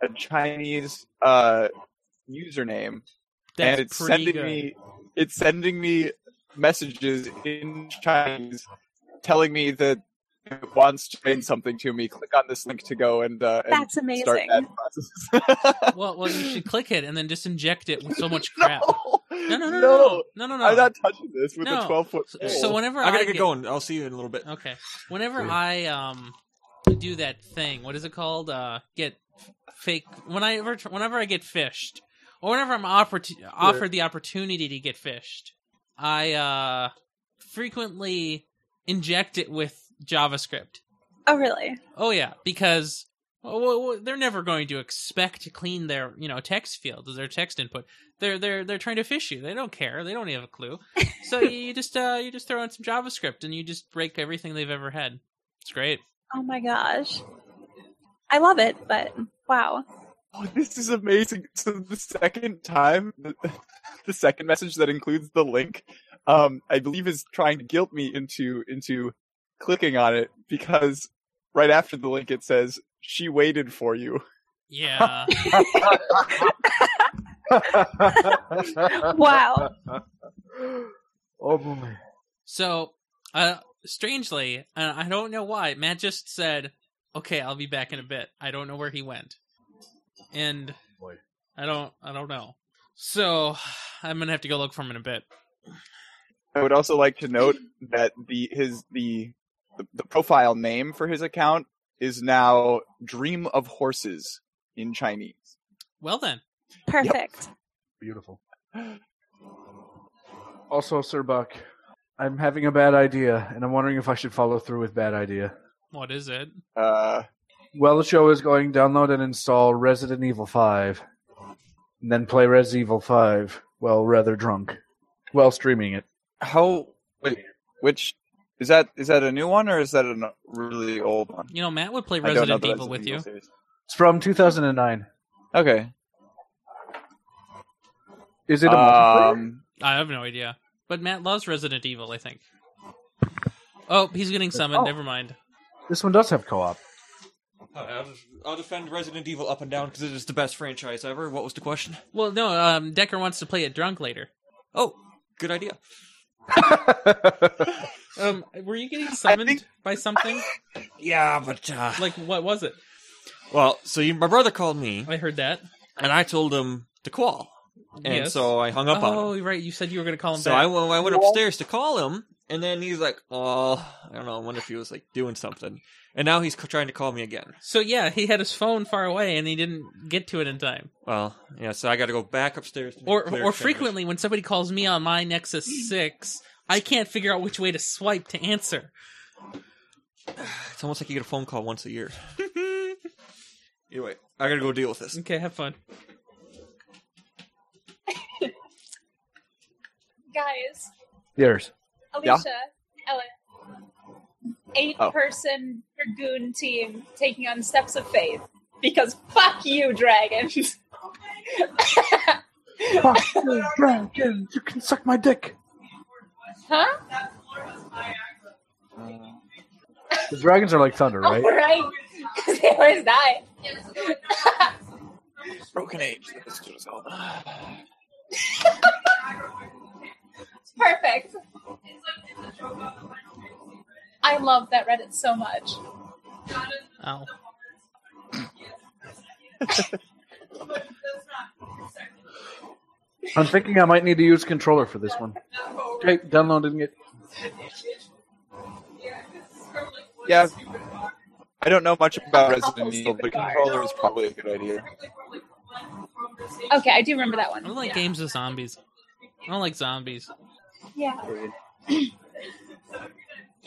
[SPEAKER 5] a Chinese uh, username,
[SPEAKER 6] That's
[SPEAKER 5] and it's
[SPEAKER 6] pretty
[SPEAKER 5] sending
[SPEAKER 6] good.
[SPEAKER 5] me it's sending me messages in Chinese telling me that it wants to send something to me. Click on this link to go and, uh, and
[SPEAKER 7] That's
[SPEAKER 5] start
[SPEAKER 7] amazing.
[SPEAKER 5] that process.
[SPEAKER 6] Well, well, you should click it and then just inject it with so much crap. No, no, no, no,
[SPEAKER 5] No,
[SPEAKER 6] no, no, no.
[SPEAKER 5] I'm not Oh. touching this with
[SPEAKER 6] No.
[SPEAKER 5] a 12 foot
[SPEAKER 6] So-
[SPEAKER 5] pole.
[SPEAKER 6] So whenever
[SPEAKER 4] I
[SPEAKER 6] I,
[SPEAKER 4] gotta get
[SPEAKER 6] get
[SPEAKER 4] going. I'll see you in a little bit.
[SPEAKER 6] okay, whenever I um do that thing, what is it called? Uh, get fake. Whenever whenever I get fished, or whenever I'm offered offered the opportunity to get fished, I uh frequently inject it with JavaScript.
[SPEAKER 7] Oh, really?
[SPEAKER 6] Oh yeah, because well, well, well, they're never going to expect to clean their you know text field, their text input. They're they're they're trying to fish you. They don't care. They don't have a clue. So you, you just uh you just throw in some JavaScript and you just break everything they've ever had. It's great.
[SPEAKER 7] Oh my gosh, I love it. But wow,
[SPEAKER 5] Oh, this is amazing. So the second time, the, the second message that includes the link, um, I believe is trying to guilt me into, into clicking on it because right after the link it says, she waited for you.
[SPEAKER 6] Yeah.
[SPEAKER 7] wow.
[SPEAKER 2] Oh boy.
[SPEAKER 6] so uh strangely, uh, I don't know why Matt just said, "Okay, I'll be back in a bit." I don't know where he went, and
[SPEAKER 2] Boy.
[SPEAKER 6] I don't I don't know. So I'm gonna have to go look for him in a bit.
[SPEAKER 5] I would also like to note that the, his, the, the, the profile name for his account is now Dream of Horses in Chinese.
[SPEAKER 6] Well then.
[SPEAKER 7] Perfect.
[SPEAKER 2] Beautiful. Also, Sir Buck, I'm having a bad idea, and I'm wondering if I should follow through with bad idea.
[SPEAKER 6] What is it?
[SPEAKER 5] Uh,
[SPEAKER 2] Well, the show is going download and install Resident Evil 5, and then play Res Evil 5 while rather drunk, while streaming it.
[SPEAKER 5] how, wait, which, is that, is that a new one or is that a really old one?
[SPEAKER 6] You know, Matt would play
[SPEAKER 5] I don't know
[SPEAKER 6] Resident
[SPEAKER 5] the
[SPEAKER 6] Evil
[SPEAKER 5] Resident
[SPEAKER 6] with you.
[SPEAKER 5] Evil series.
[SPEAKER 2] It's from 2009.
[SPEAKER 5] Okay.
[SPEAKER 2] Is it a multiplayer?
[SPEAKER 5] Um,
[SPEAKER 6] I have no idea. But Matt loves Resident Evil, I think. Oh, he's getting summoned.
[SPEAKER 2] Oh.
[SPEAKER 6] Never mind.
[SPEAKER 2] This one does have co-op.
[SPEAKER 4] I'll, I'll defend Resident Evil up and down because it is the best franchise ever. What was the question?
[SPEAKER 6] Well, no, um, Decker wants to play it drunk later.
[SPEAKER 4] Oh, good idea.
[SPEAKER 6] Um, were you getting summoned by something?
[SPEAKER 4] Yeah, but uh,
[SPEAKER 6] Like, what was it?
[SPEAKER 4] well, so you, my brother called me
[SPEAKER 6] I heard that.
[SPEAKER 4] and I told him to Qual. And
[SPEAKER 6] Yes.
[SPEAKER 4] so I hung up on him.
[SPEAKER 6] oh, right. You said you were going to call him
[SPEAKER 4] So
[SPEAKER 6] back.
[SPEAKER 4] I, went- I went upstairs to call him, and then he's like, "Oh, I don't know. I wonder if he was like doing something." And now he's c- trying to call me again.
[SPEAKER 6] so yeah, he had his phone far away and he didn't get to it in time.
[SPEAKER 4] Well, yeah. So I got to go back upstairs. To make
[SPEAKER 6] Or
[SPEAKER 4] clear
[SPEAKER 6] or
[SPEAKER 4] channels.
[SPEAKER 6] frequently when somebody calls me on my Nexus 6, I can't figure out which way to swipe to answer.
[SPEAKER 4] It's almost like you get a phone call once a year. anyway, I got to go deal with this.
[SPEAKER 6] Okay, have fun.
[SPEAKER 7] Guys,
[SPEAKER 3] There's.
[SPEAKER 7] Alicia, Ellen, eight
[SPEAKER 5] Oh.
[SPEAKER 7] person dragoon team taking on Steps of Faith because fuck you, dragons.
[SPEAKER 3] Fuck you, Brandon. You can suck my dick.
[SPEAKER 7] Huh?
[SPEAKER 2] The dragons are like thunder,
[SPEAKER 7] All
[SPEAKER 2] right?
[SPEAKER 7] right. Because they always die.
[SPEAKER 5] Broken Age. That's what it's called.
[SPEAKER 7] Perfect. I love that Reddit so much.
[SPEAKER 6] Ow.
[SPEAKER 2] I'm thinking I might need to use controller for this one. Okay, downloading it.
[SPEAKER 5] Yeah. I don't know much about
[SPEAKER 7] Oh,
[SPEAKER 5] Resident Evil,
[SPEAKER 7] stupid
[SPEAKER 5] but
[SPEAKER 7] guard.
[SPEAKER 5] controller is probably a good idea.
[SPEAKER 7] Okay, I do remember that
[SPEAKER 6] I don't
[SPEAKER 7] one.
[SPEAKER 6] like games with zombies. I don't like zombies.
[SPEAKER 7] Yeah.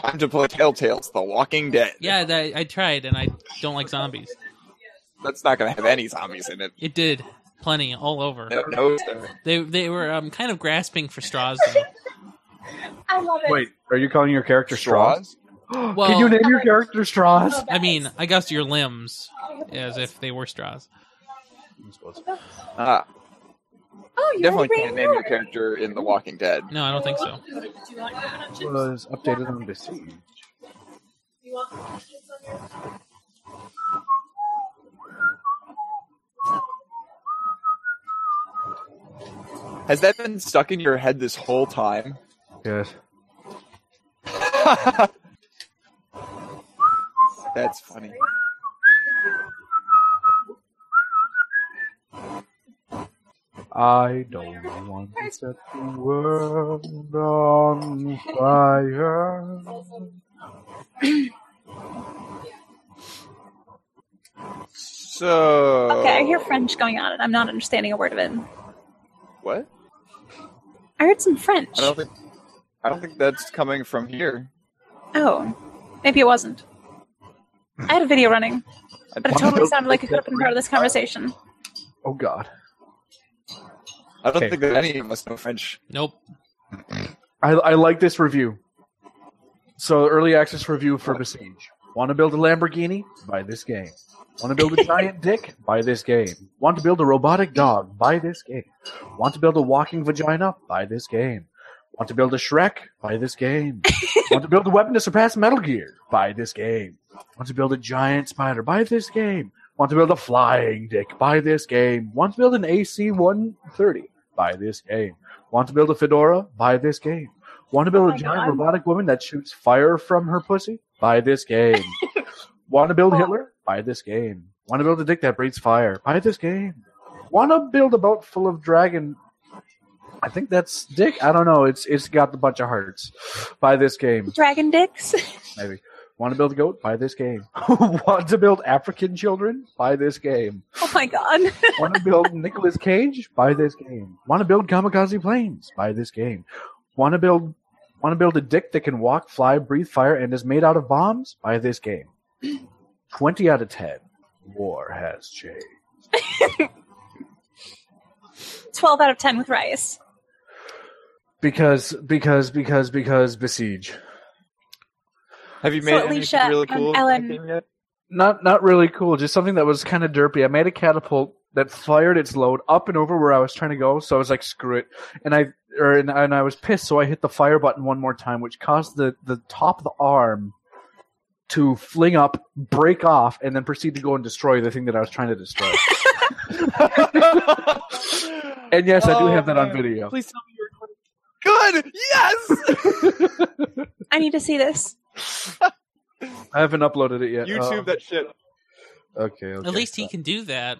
[SPEAKER 5] Time to play Telltale's The Walking Dead.
[SPEAKER 6] Yeah, that, I tried and I don't like zombies.
[SPEAKER 5] That's not going to have any zombies in it.
[SPEAKER 6] It did plenty all over.
[SPEAKER 5] No, no, sir.
[SPEAKER 6] They they were um, kind of grasping for straws though.
[SPEAKER 7] I love it.
[SPEAKER 2] Wait, are you calling your character Straw?
[SPEAKER 6] Well,
[SPEAKER 2] Can you name your
[SPEAKER 7] Okay.
[SPEAKER 2] character Straws?
[SPEAKER 7] Oh,
[SPEAKER 6] I mean,
[SPEAKER 7] guys.
[SPEAKER 6] I guess your limbs as if they were straws.
[SPEAKER 5] Ah,
[SPEAKER 7] Oh,
[SPEAKER 5] you
[SPEAKER 7] you're
[SPEAKER 5] definitely
[SPEAKER 7] a brave
[SPEAKER 5] can't name your
[SPEAKER 7] bird.
[SPEAKER 5] character in The Walking Dead.
[SPEAKER 6] No, I don't think so.
[SPEAKER 2] Was updated on the Siege.
[SPEAKER 5] Has that been stuck in your head this whole time?
[SPEAKER 2] Yes.
[SPEAKER 5] That's funny.
[SPEAKER 2] I don't want to set the world on fire.
[SPEAKER 5] So.
[SPEAKER 7] Okay, I hear French going on, and I'm not understanding a word of it.
[SPEAKER 5] What?
[SPEAKER 7] I heard some French.
[SPEAKER 5] I don't think. I don't think that's coming from here.
[SPEAKER 7] Oh, maybe it wasn't. I had a video running, but it totally sounded like it could have been part of this conversation.
[SPEAKER 2] Oh God.
[SPEAKER 5] I don't
[SPEAKER 2] Okay.
[SPEAKER 5] think that any of us know French.
[SPEAKER 6] Nope.
[SPEAKER 2] I, I like this review. So early access review for Besiege. Want to build a Lamborghini? Buy this game. Want to build a giant dick? Buy this game. Want to build a robotic dog? Buy this game. Want to build a walking vagina? Buy this game. Want to build a Shrek? Buy this game. Want to build a weapon to surpass Metal Gear? Buy this game. Want to build a giant spider? Buy this game. Want to build a flying dick? Buy this game. Want to build an AC 130? Buy this game. Want to build a fedora? Buy this game. Want to build
[SPEAKER 7] Oh my
[SPEAKER 2] a giant
[SPEAKER 7] God.
[SPEAKER 2] robotic woman that shoots fire from her pussy? Buy this game. Want to build
[SPEAKER 7] Oh.
[SPEAKER 2] Hitler? Buy this game. Want to build a dick that breathes fire? Buy this game. Want to build a boat full of dragon? I think that's dick. I don't know. It's it's got a bunch of hearts. Buy this game.
[SPEAKER 7] Dragon dicks?
[SPEAKER 2] Maybe. Want to build a goat? Buy this game. Want to build African children? Buy this game.
[SPEAKER 7] Oh my god.
[SPEAKER 2] Want to build Nicolas Cage? Buy this game. Want to build Kamikaze planes? Buy this game. Want to build want to build a dick that can walk, fly, breathe fire, and is made out of bombs? Buy this game. Twenty out of ten. War has changed.
[SPEAKER 7] 12 out of 10 with rice.
[SPEAKER 2] Because because because because besiege.
[SPEAKER 5] Have you
[SPEAKER 7] So,
[SPEAKER 5] made anything
[SPEAKER 7] Alicia
[SPEAKER 5] really
[SPEAKER 7] and
[SPEAKER 5] cool in that
[SPEAKER 7] Ellen-
[SPEAKER 5] game yet?
[SPEAKER 2] Not not really cool. Just something that was kind of derpy. I made a catapult that fired its load up and over where I was trying to go. So I was like, screw it, and I or and, and I was pissed. So I hit the fire button one more time, which caused the the top of the arm to fling up, break off, and then proceed to go and destroy the thing that I was trying to destroy. and yes, I do
[SPEAKER 5] Oh,
[SPEAKER 2] have that on
[SPEAKER 5] man.
[SPEAKER 2] video.
[SPEAKER 5] Please tell me you're good. Yes.
[SPEAKER 7] I need to see this.
[SPEAKER 2] I haven't uploaded it yet.
[SPEAKER 5] YouTube
[SPEAKER 2] Uh,
[SPEAKER 5] that shit.
[SPEAKER 2] okay, okay.
[SPEAKER 6] At least he can do that.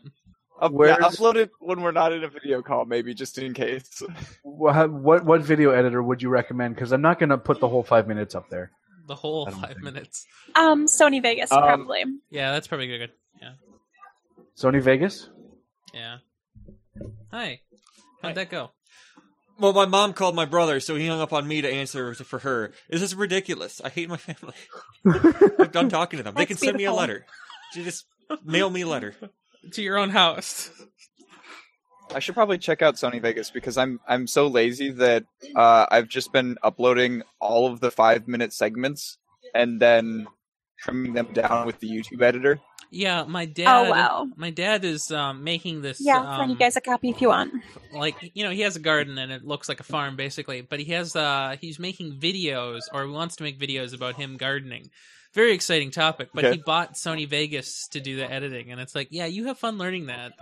[SPEAKER 5] Up, yeah,
[SPEAKER 2] Where's-
[SPEAKER 5] upload it when we're not in a video call, maybe just in case.
[SPEAKER 2] Wha- What what video editor would you recommend? Because I'm not going to put the whole five minutes up there.
[SPEAKER 6] The whole
[SPEAKER 2] I don't
[SPEAKER 6] five
[SPEAKER 2] think-
[SPEAKER 6] minutes.
[SPEAKER 7] Um, Sony Vegas
[SPEAKER 5] Um,
[SPEAKER 7] probably.
[SPEAKER 6] Yeah, that's probably good. Yeah,
[SPEAKER 2] Sony Vegas.
[SPEAKER 6] yeah. Hi, how'd
[SPEAKER 4] Hi.
[SPEAKER 6] that go?
[SPEAKER 4] Well, my mom called my brother, so he hung up on me to answer for her. This is ridiculous. I hate my family. I'm done talking to them. They
[SPEAKER 7] That's
[SPEAKER 4] can send me a
[SPEAKER 7] beautiful.
[SPEAKER 4] letter. She just mail me a letter.
[SPEAKER 6] To your own house.
[SPEAKER 5] I should probably check out Sony Vegas because I'm I'm so lazy that uh, I've just been uploading all of the five minute segments and then trimming them down with the YouTube editor.
[SPEAKER 6] Yeah, my dad.
[SPEAKER 7] oh wow.
[SPEAKER 6] My dad is um, making this.
[SPEAKER 7] Yeah, I'll
[SPEAKER 6] um,
[SPEAKER 7] send you guys a copy if you want.
[SPEAKER 6] like you know he has a garden and it looks like a farm basically but he has uh he's making videos or wants to make videos about him gardening very exciting topic but
[SPEAKER 5] Okay.
[SPEAKER 6] he bought sony vegas to do the editing and it's like yeah you have fun learning that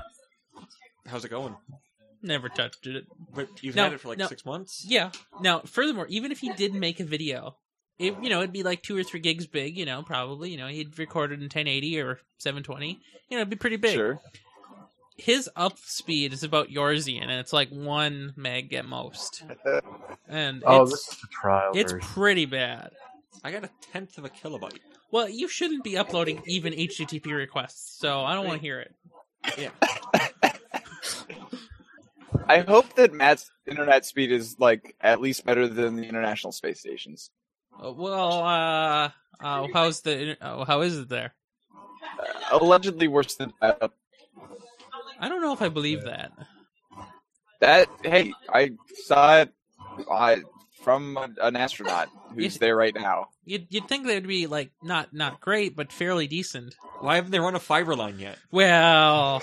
[SPEAKER 4] How's it going?
[SPEAKER 6] never touched it
[SPEAKER 4] But you've
[SPEAKER 6] No,
[SPEAKER 4] had it for like
[SPEAKER 6] no.
[SPEAKER 4] six months.
[SPEAKER 6] yeah now furthermore even if he did make a video it, you know it'd be like two or three gigs big you know probably you know he'd record it in 1080 or 720 you know it'd be pretty big
[SPEAKER 5] Sure.
[SPEAKER 6] his up speed is about yours ian and it's like one meg at most and
[SPEAKER 2] Oh,
[SPEAKER 6] it's,
[SPEAKER 2] this is the trial.
[SPEAKER 6] It's
[SPEAKER 2] version.
[SPEAKER 6] pretty bad.
[SPEAKER 4] I got a tenth of a kilobyte.
[SPEAKER 6] Well, you shouldn't be uploading even HTTP requests, so I don't want to hear it.
[SPEAKER 5] I hope that Matt's internet speed is like at least better than the International Space Station's.
[SPEAKER 6] Uh, well, uh, uh, how's the oh, how is it there?
[SPEAKER 5] Allegedly worse than that.
[SPEAKER 6] I don't know if I believe that.
[SPEAKER 5] That hey, I saw it I, from an astronaut who's
[SPEAKER 6] Yes.
[SPEAKER 5] there right now.
[SPEAKER 6] You'd you'd think they'd be like not not great, but fairly decent.
[SPEAKER 4] Why haven't they run a fiber line yet?
[SPEAKER 6] Well,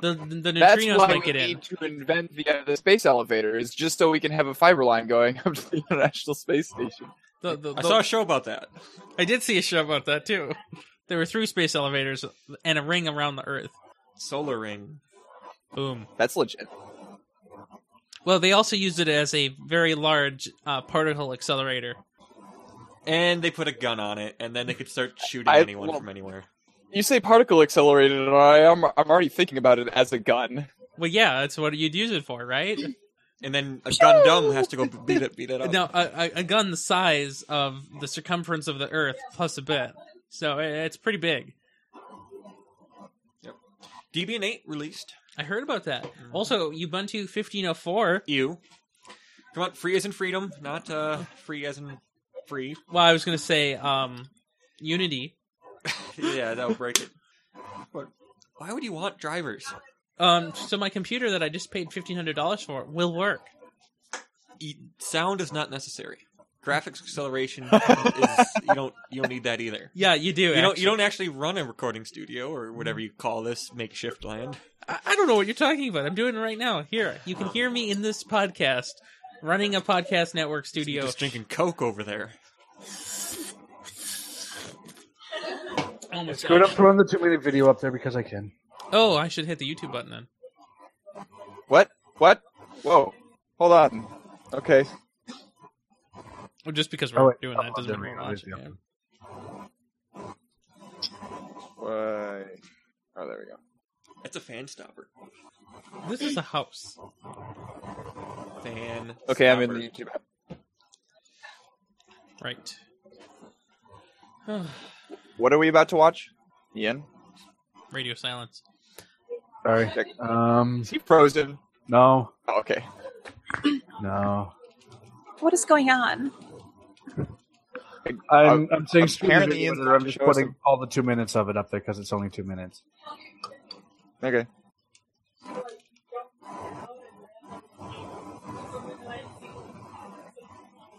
[SPEAKER 6] the the
[SPEAKER 5] That's
[SPEAKER 6] neutrinos
[SPEAKER 5] why
[SPEAKER 6] might
[SPEAKER 5] we
[SPEAKER 6] get in.
[SPEAKER 5] need to invent the, uh, the space elevator is just so we can have a fiber line going up to the International Space Station.
[SPEAKER 6] The, the,
[SPEAKER 4] I
[SPEAKER 6] the-
[SPEAKER 4] saw a show about that.
[SPEAKER 6] I did see a show about that too. There were three space elevators and a ring around the Earth.
[SPEAKER 4] Solar ring.
[SPEAKER 6] Boom.
[SPEAKER 5] That's legit.
[SPEAKER 6] Well, they also used it as a very large uh, particle accelerator.
[SPEAKER 4] And they put a gun on it, and then they could start shooting
[SPEAKER 5] I-
[SPEAKER 4] anyone
[SPEAKER 5] well-
[SPEAKER 4] from anywhere.
[SPEAKER 5] You say particle accelerated, and I, am I'm already thinking about it as a gun.
[SPEAKER 6] Well, yeah, that's what you'd use it for, right?
[SPEAKER 4] And then a gun dumb has to go beat it, beat it up.
[SPEAKER 6] Now, a, a- a gun the size of the circumference of the Earth plus a bit, so i- it's pretty big.
[SPEAKER 4] Debian 8 released.
[SPEAKER 6] I heard about that. Also, Ubuntu fifteen oh four.
[SPEAKER 4] You. Come on, free as in freedom, not uh, free as in free.
[SPEAKER 6] Well, I was gonna say um, Unity.
[SPEAKER 4] yeah, that would break it. But why would you want drivers?
[SPEAKER 6] Um, so my computer that I just paid fifteen hundred dollars for will work.
[SPEAKER 4] E- sound is not necessary. Graphics acceleration is you don't you don't need that either.
[SPEAKER 6] Yeah, you do.
[SPEAKER 4] You don't you don't actually run a recording studio or whatever you call this makeshift land.
[SPEAKER 6] I, I don't know what you're talking about. I'm doing it right now. Here, you can hear me in this podcast, running a podcast network
[SPEAKER 4] You're
[SPEAKER 6] studio.
[SPEAKER 4] just drinking coke over there.
[SPEAKER 6] Oh, my
[SPEAKER 2] Screw it up
[SPEAKER 6] gosh.
[SPEAKER 2] throwing the two minute video up there because I can.
[SPEAKER 6] oh, I should hit the YouTube button then.
[SPEAKER 5] What? What? Whoa. Hold on. Okay.
[SPEAKER 6] Well, just because
[SPEAKER 2] Oh,
[SPEAKER 6] we're
[SPEAKER 2] wait.
[SPEAKER 6] doing that doesn't mean
[SPEAKER 2] Oh,
[SPEAKER 6] we're
[SPEAKER 2] there
[SPEAKER 6] watching
[SPEAKER 2] we go.
[SPEAKER 6] it.
[SPEAKER 5] Why? Oh, there we go.
[SPEAKER 4] That's a fan stopper.
[SPEAKER 6] This is a house.
[SPEAKER 4] Fan.
[SPEAKER 5] Okay, I'm in
[SPEAKER 4] stopper.
[SPEAKER 5] the YouTube. app.
[SPEAKER 6] Right.
[SPEAKER 5] What are we about to watch? Ian?
[SPEAKER 6] Radio silence.
[SPEAKER 2] Sorry.
[SPEAKER 5] Check-
[SPEAKER 2] Um.
[SPEAKER 5] Is he frozen?
[SPEAKER 2] No.
[SPEAKER 5] Oh, okay.
[SPEAKER 2] No.
[SPEAKER 7] What is going on?
[SPEAKER 2] I'm, I'm saying screw the
[SPEAKER 5] apparently
[SPEAKER 2] video
[SPEAKER 5] it's
[SPEAKER 2] editor. I'm
[SPEAKER 5] not
[SPEAKER 2] just
[SPEAKER 5] showing
[SPEAKER 2] putting
[SPEAKER 5] some-
[SPEAKER 2] all the two minutes of it up there because it's only two minutes.
[SPEAKER 5] Okay.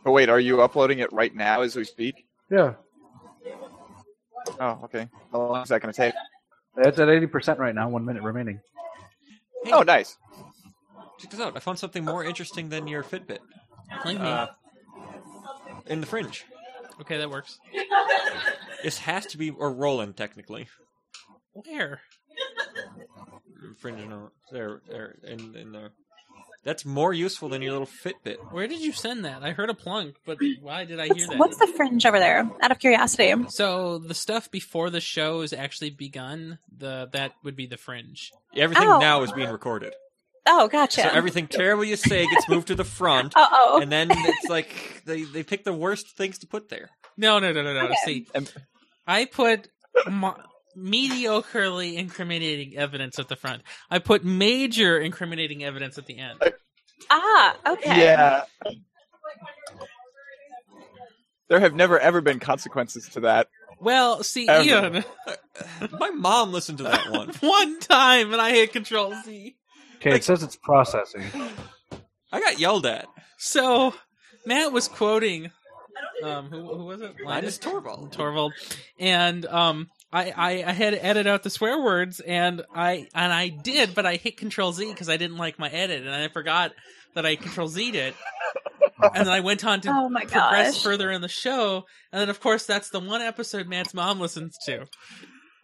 [SPEAKER 5] Oh wait, are you uploading it right now as we speak?
[SPEAKER 2] Yeah.
[SPEAKER 5] Oh, okay. How long is that going to take?
[SPEAKER 2] It's at eighty percent right now. One minute remaining.
[SPEAKER 4] Hey,
[SPEAKER 5] Oh, nice.
[SPEAKER 4] check this out. I found something more interesting than your Fitbit
[SPEAKER 6] Link me.
[SPEAKER 4] Uh, in the fringe.
[SPEAKER 6] okay, that works.
[SPEAKER 4] This has to be or Roland technically.
[SPEAKER 6] Where?
[SPEAKER 4] Fringe no, there there in in there. That's more useful than your little Fitbit.
[SPEAKER 6] Where did you send that? I heard a plunk, but why did I
[SPEAKER 7] What's,
[SPEAKER 6] hear that?
[SPEAKER 7] what's the fringe over there? Out of curiosity.
[SPEAKER 6] so the stuff before the show is actually begun. The that would be the fringe.
[SPEAKER 4] Everything
[SPEAKER 7] Ow.
[SPEAKER 4] now is being recorded.
[SPEAKER 7] Oh, gotcha.
[SPEAKER 4] So everything terrible you say gets moved to the front,
[SPEAKER 7] Uh oh.
[SPEAKER 4] and then it's like they they pick the worst things to put there.
[SPEAKER 6] No, no, no, no, no.
[SPEAKER 7] Okay.
[SPEAKER 6] See,
[SPEAKER 5] And-
[SPEAKER 6] I put mo- mediocrely incriminating evidence at the front. I put major incriminating evidence at the end.
[SPEAKER 7] Ah, okay.
[SPEAKER 5] Yeah. There have never ever been consequences to that.
[SPEAKER 6] Well, see,
[SPEAKER 5] Ever.
[SPEAKER 6] Ian,
[SPEAKER 4] My mom listened to that one.
[SPEAKER 6] one time and I hit Control Z.
[SPEAKER 2] Okay, it says it's processing.
[SPEAKER 4] I got yelled at.
[SPEAKER 6] So Matt was quoting, um, who, who was it?
[SPEAKER 4] Linus Torvald.
[SPEAKER 6] Torvald, and um, I, I I had edited out the swear words, and I and I did, but I hit Control Z because I didn't like my edit, and I forgot that I Control Z'd it, and then I went on to
[SPEAKER 7] Oh my
[SPEAKER 6] progress
[SPEAKER 7] gosh.
[SPEAKER 6] further in the show, and then of course that's the one episode Matt's mom listens to.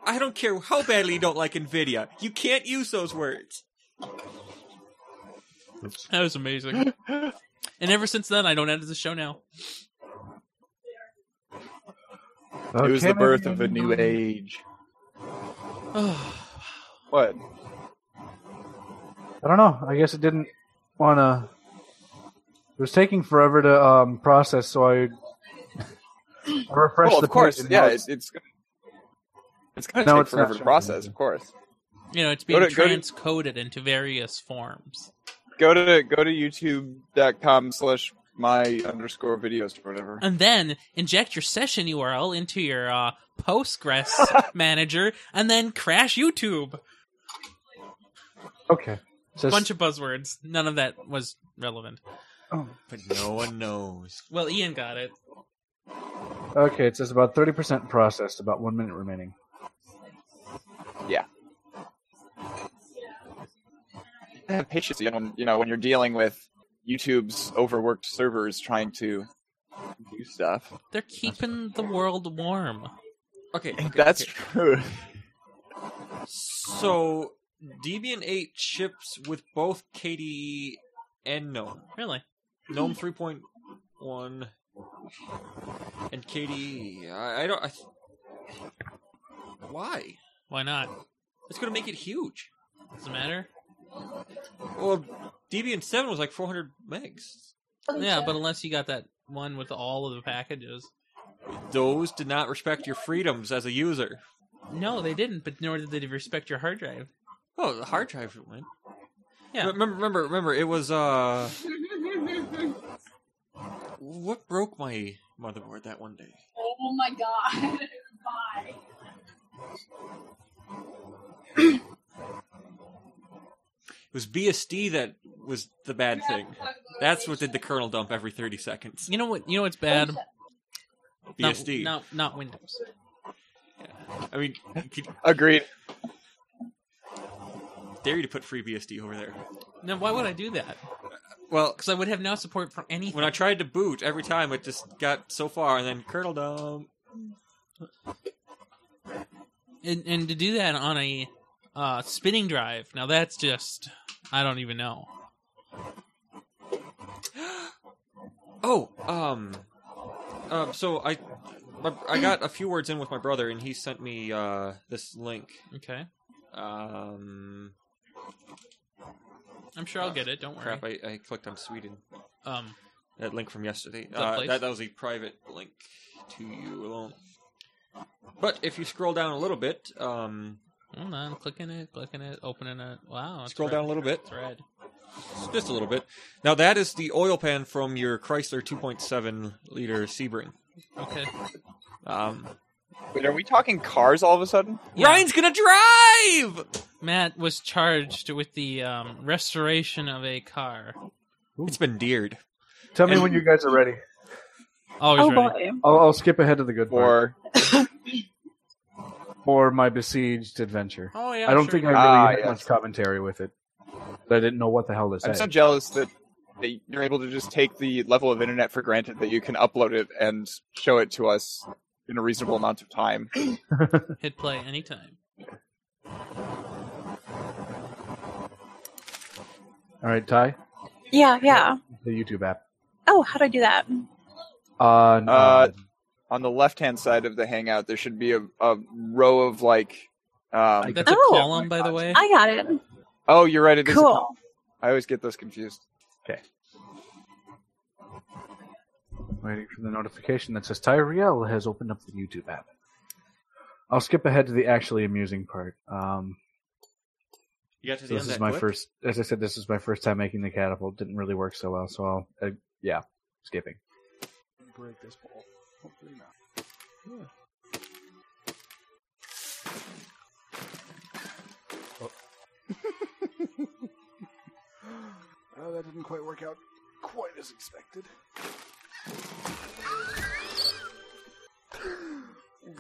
[SPEAKER 4] I don't care how badly you don't like Nvidia. You can't use those words.
[SPEAKER 6] That was amazing. And ever since then, I don't edit the show now.
[SPEAKER 5] it was
[SPEAKER 2] Okay.
[SPEAKER 5] the birth of a new age. What?
[SPEAKER 2] I don't know. I guess it didn't want to. It was taking forever to um, process, so I, I refreshed
[SPEAKER 5] Well,
[SPEAKER 2] the
[SPEAKER 5] of course.
[SPEAKER 2] page. and now
[SPEAKER 5] yeah,
[SPEAKER 2] it's-
[SPEAKER 5] it's it's, it's going to
[SPEAKER 2] No,
[SPEAKER 5] take
[SPEAKER 2] it's not
[SPEAKER 5] forever to
[SPEAKER 2] showing.
[SPEAKER 5] process. Of course.
[SPEAKER 6] You know, it's
[SPEAKER 5] Go
[SPEAKER 6] being
[SPEAKER 5] to- go to-
[SPEAKER 6] transcoded into various forms.
[SPEAKER 5] Go to go to youtube.com slash my underscore videos or whatever.
[SPEAKER 6] And then inject your session URL into your uh, Postgres manager and then crash YouTube.
[SPEAKER 2] okay. It says-
[SPEAKER 6] Bunch of buzzwords. None of that was relevant.
[SPEAKER 2] oh.
[SPEAKER 4] But no one knows.
[SPEAKER 6] Well, Ian got it.
[SPEAKER 2] okay, it says about thirty percent processed, about one minute remaining.
[SPEAKER 5] have patience you know, when- you know when you're dealing with YouTube's overworked servers trying to do stuff.
[SPEAKER 6] They're keeping the world warm.
[SPEAKER 4] Okay, okay,
[SPEAKER 5] That's
[SPEAKER 4] okay.
[SPEAKER 5] true.
[SPEAKER 4] so Debian 8 ships with both KDE and GNOME.
[SPEAKER 6] Really?
[SPEAKER 4] GNOME 3.1 and KDE. I, I don't. I, th- why?
[SPEAKER 6] Why not?
[SPEAKER 4] It's going to make it huge.
[SPEAKER 6] Doesn't matter.
[SPEAKER 4] Well, Debian 7 was like 400 megs.
[SPEAKER 6] Yeah, but unless you got that one with all of the packages.
[SPEAKER 4] Those did not respect your freedoms as a user.
[SPEAKER 6] No, they didn't, but nor did they respect your hard drive.
[SPEAKER 4] Oh, the hard drive would win.
[SPEAKER 6] Yeah.
[SPEAKER 4] Remember, remember, remember. It was uh. what broke my motherboard that one day?
[SPEAKER 8] Oh my god. Bye.
[SPEAKER 4] It was BSD that was the bad thing. That's what did the kernel dump every thirty seconds.
[SPEAKER 6] You know what? You know what's bad? Not-
[SPEAKER 4] BSD.
[SPEAKER 6] Not, not, Windows.
[SPEAKER 4] I mean, you could
[SPEAKER 5] Agreed.
[SPEAKER 4] dare you to put free BSD over there.
[SPEAKER 6] Now, why would I do that?
[SPEAKER 4] Well,
[SPEAKER 6] Because I would have no support for anything.
[SPEAKER 4] when I tried to boot, every time it just got so far, and then kernel dump.
[SPEAKER 6] and, and to do that on a uh, spinning drive, now that's just I don't even know.
[SPEAKER 4] Oh, um, um. So I, my, I got a few words in with my brother, and he sent me uh this link.
[SPEAKER 6] Okay,
[SPEAKER 4] Um,
[SPEAKER 6] I'm sure I'll get it. Don't worry.
[SPEAKER 4] crap! I, I clicked on Sweden.
[SPEAKER 6] Um,
[SPEAKER 4] That link from yesterday.
[SPEAKER 6] That
[SPEAKER 4] Uh,
[SPEAKER 6] place?
[SPEAKER 4] that that was a private link to you alone. But if you scroll down a little bit, um,
[SPEAKER 6] hold on, clicking it, clicking it, opening it. Wow, it's
[SPEAKER 4] scroll
[SPEAKER 6] red.
[SPEAKER 4] down a little bit,
[SPEAKER 6] It's red.
[SPEAKER 4] just a little bit. Now that is the oil pan from your Chrysler 2.7 liter Sebring.
[SPEAKER 6] Okay.
[SPEAKER 4] Um,
[SPEAKER 5] Wait, are we talking cars all of a sudden?
[SPEAKER 6] Yeah.
[SPEAKER 4] Ryan's gonna drive.
[SPEAKER 6] Matt was charged with the um, restoration of a car.
[SPEAKER 4] It's been deared.
[SPEAKER 2] Tell me when you guys are ready.
[SPEAKER 6] Always
[SPEAKER 7] Oh
[SPEAKER 6] ready.
[SPEAKER 7] boy.
[SPEAKER 2] I'll, I'll skip ahead to the good part
[SPEAKER 5] Or
[SPEAKER 2] for my besieged adventure.
[SPEAKER 6] Oh yeah.
[SPEAKER 2] I don't
[SPEAKER 6] sure.
[SPEAKER 2] think I really
[SPEAKER 5] Ah,
[SPEAKER 2] had
[SPEAKER 5] yes.
[SPEAKER 2] much commentary with it. I didn't know what the hell to say.
[SPEAKER 5] I'm so jealous that, that you're able to just take the level of internet for granted that you can upload it and show it to us in a reasonable amount of time.
[SPEAKER 6] hit play anytime.
[SPEAKER 2] All right, Ty.
[SPEAKER 7] Yeah, yeah.
[SPEAKER 2] The YouTube app.
[SPEAKER 7] Oh, how do I do that?
[SPEAKER 2] Uh, no.
[SPEAKER 5] Uh, on the left hand side of the hangout there should be a, a row of like um,
[SPEAKER 6] That's a
[SPEAKER 7] Oh.
[SPEAKER 6] column, by the way.
[SPEAKER 7] I got it.
[SPEAKER 5] oh you're right it is a
[SPEAKER 7] Cool.
[SPEAKER 5] col- i always get those confused
[SPEAKER 2] waiting for the notification that says Tyriel has opened up the YouTube app. I'll skip ahead to the actually amusing part. Um,
[SPEAKER 4] You got to the
[SPEAKER 2] so
[SPEAKER 4] end
[SPEAKER 2] this is
[SPEAKER 4] that
[SPEAKER 2] my
[SPEAKER 4] quick?
[SPEAKER 2] first, as I said, this is my first time making the catapult. Didn't really work so well, so I'll, uh, yeah, skipping.
[SPEAKER 3] Break this ball. Hopefully not. Oh, that didn't quite work out quite as expected.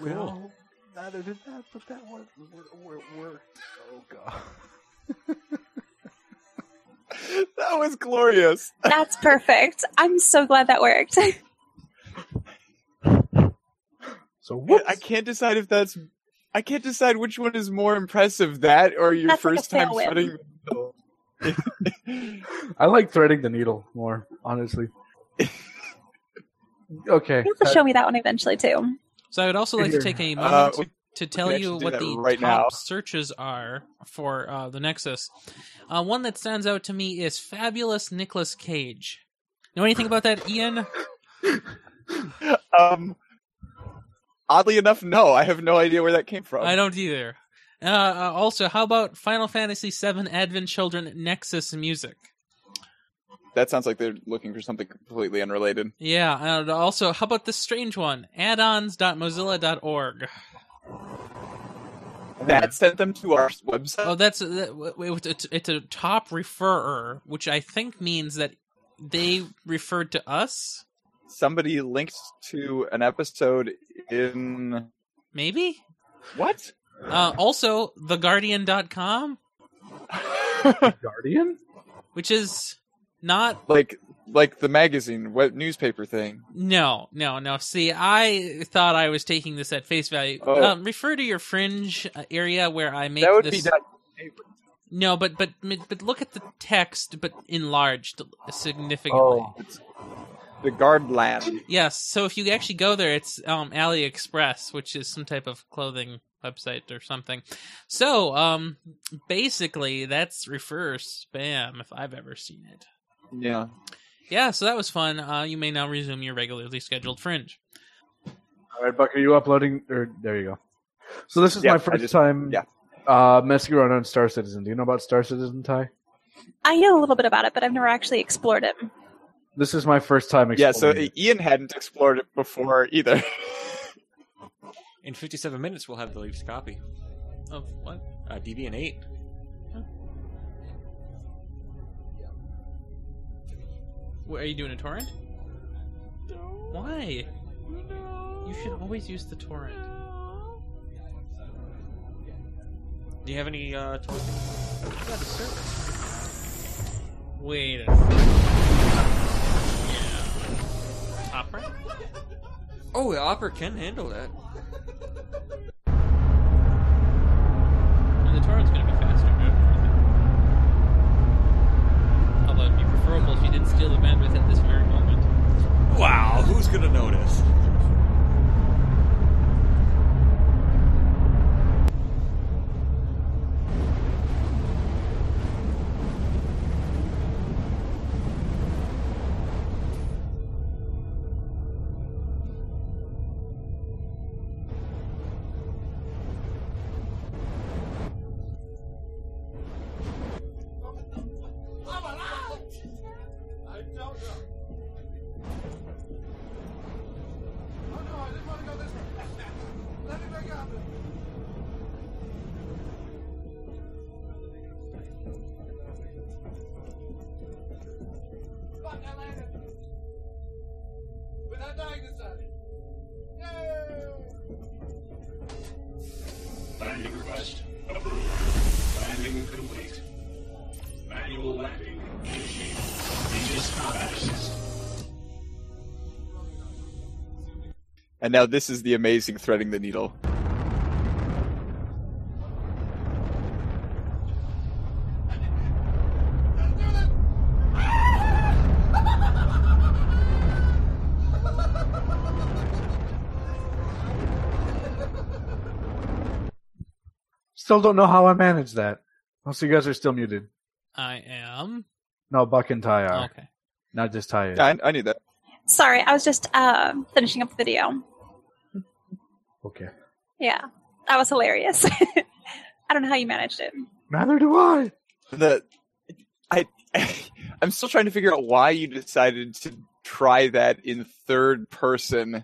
[SPEAKER 3] Well, neither did that, but that one wor- wor- worked. Oh god.
[SPEAKER 5] that was glorious
[SPEAKER 7] That's perfect. I'm so glad that worked.
[SPEAKER 2] So
[SPEAKER 5] I-
[SPEAKER 2] whoops.
[SPEAKER 5] i can't decide if that's i can't decide which one is more impressive that or your
[SPEAKER 7] That's like a
[SPEAKER 5] first time
[SPEAKER 7] tailwind.
[SPEAKER 5] studying the needle.
[SPEAKER 2] I like threading the needle more, honestly. okay.
[SPEAKER 7] You'll show me that one eventually too.
[SPEAKER 6] So I would also like to
[SPEAKER 2] Here.
[SPEAKER 6] take a moment
[SPEAKER 5] Uh,
[SPEAKER 6] to
[SPEAKER 5] we-
[SPEAKER 6] to tell
[SPEAKER 5] can
[SPEAKER 6] you
[SPEAKER 5] actually do
[SPEAKER 6] what
[SPEAKER 5] that
[SPEAKER 6] the
[SPEAKER 5] right
[SPEAKER 6] top
[SPEAKER 5] now.
[SPEAKER 6] searches are for uh, the Nexus. Uh, one that stands out to me is Fabulous Nicolas Cage. Know anything about that, Ian?
[SPEAKER 5] um oddly enough no i have no idea where that came from
[SPEAKER 6] I don't either. Uh, uh, also, how about Final Fantasy VII Advent Children Nexus music?
[SPEAKER 5] that sounds like they're looking for something completely unrelated
[SPEAKER 6] Yeah, and also, how about this strange one? addons.mozilla.org.
[SPEAKER 5] that sent them to our website
[SPEAKER 6] Oh, that's that, w- w- it's, it's a top referrer, which I think means that they referred to us.
[SPEAKER 5] somebody linked to an episode in
[SPEAKER 6] Maybe.
[SPEAKER 5] what?
[SPEAKER 6] Uh, also, theguardian.com,
[SPEAKER 2] Guardian?
[SPEAKER 6] which is not.
[SPEAKER 5] like like the magazine web newspaper thing.
[SPEAKER 6] No, no, no. See, I thought I was taking this at face value.
[SPEAKER 5] Oh.
[SPEAKER 6] Um, refer to your fringe uh, area where I make
[SPEAKER 5] that would
[SPEAKER 6] this.
[SPEAKER 5] be that.
[SPEAKER 6] No, but but but look at the text, but enlarged significantly.
[SPEAKER 2] Oh,
[SPEAKER 5] the guard land.
[SPEAKER 6] Yes. So if you actually go there, it's um, AliExpress, which is some type of clothing website or something. So um, basically, that's refer spam if I've ever seen it.
[SPEAKER 5] Yeah.
[SPEAKER 6] Yeah. So that was fun. Uh, you may now resume your regularly scheduled fringe.
[SPEAKER 2] All right, Buck, are you uploading? Or there you go. So this is
[SPEAKER 5] Yeah,
[SPEAKER 2] my
[SPEAKER 5] I
[SPEAKER 2] first
[SPEAKER 5] just-
[SPEAKER 2] time
[SPEAKER 5] yeah.
[SPEAKER 2] uh, messing around on Star Citizen. Do you know about Star Citizen, Ty?
[SPEAKER 7] I know a little bit about it, but I've never actually explored it.
[SPEAKER 2] This is my first time.
[SPEAKER 5] Yeah. So
[SPEAKER 2] exploring it.
[SPEAKER 5] Ian hadn't explored it before either.
[SPEAKER 4] In 57 minutes, we'll have the latest copy.
[SPEAKER 6] Oh, what?
[SPEAKER 4] Uh, and 8.
[SPEAKER 6] What, are you doing a torrent? Why? You should always use the torrent.
[SPEAKER 4] Do you have any uh, toys?
[SPEAKER 6] Wait a second. Yeah. Opera?
[SPEAKER 4] Oh, the Opera can handle that.
[SPEAKER 6] And the torrent's gonna be faster, no? Although it'd be preferable if you didn't steal the bandwidth at this very moment.
[SPEAKER 4] Wow, Uh, who's gonna notice?
[SPEAKER 9] Landing request approved. Landing complete. Manual landing initiated. Aegis combat assist.
[SPEAKER 5] and now this is the amazing threading the needle.
[SPEAKER 2] Still don't know how I managed that. Oh, so you guys are still muted.
[SPEAKER 6] I am.
[SPEAKER 2] No, Buck and Ty are.
[SPEAKER 6] Okay.
[SPEAKER 2] Not just Ty. is.
[SPEAKER 5] Yeah, I, I knew that.
[SPEAKER 7] Sorry, I was just uh, finishing up the video.
[SPEAKER 2] Okay.
[SPEAKER 7] Yeah, that was hilarious. I don't know how you managed it.
[SPEAKER 2] Neither do I.
[SPEAKER 5] The I I'm still trying to figure out why you decided to try that in third person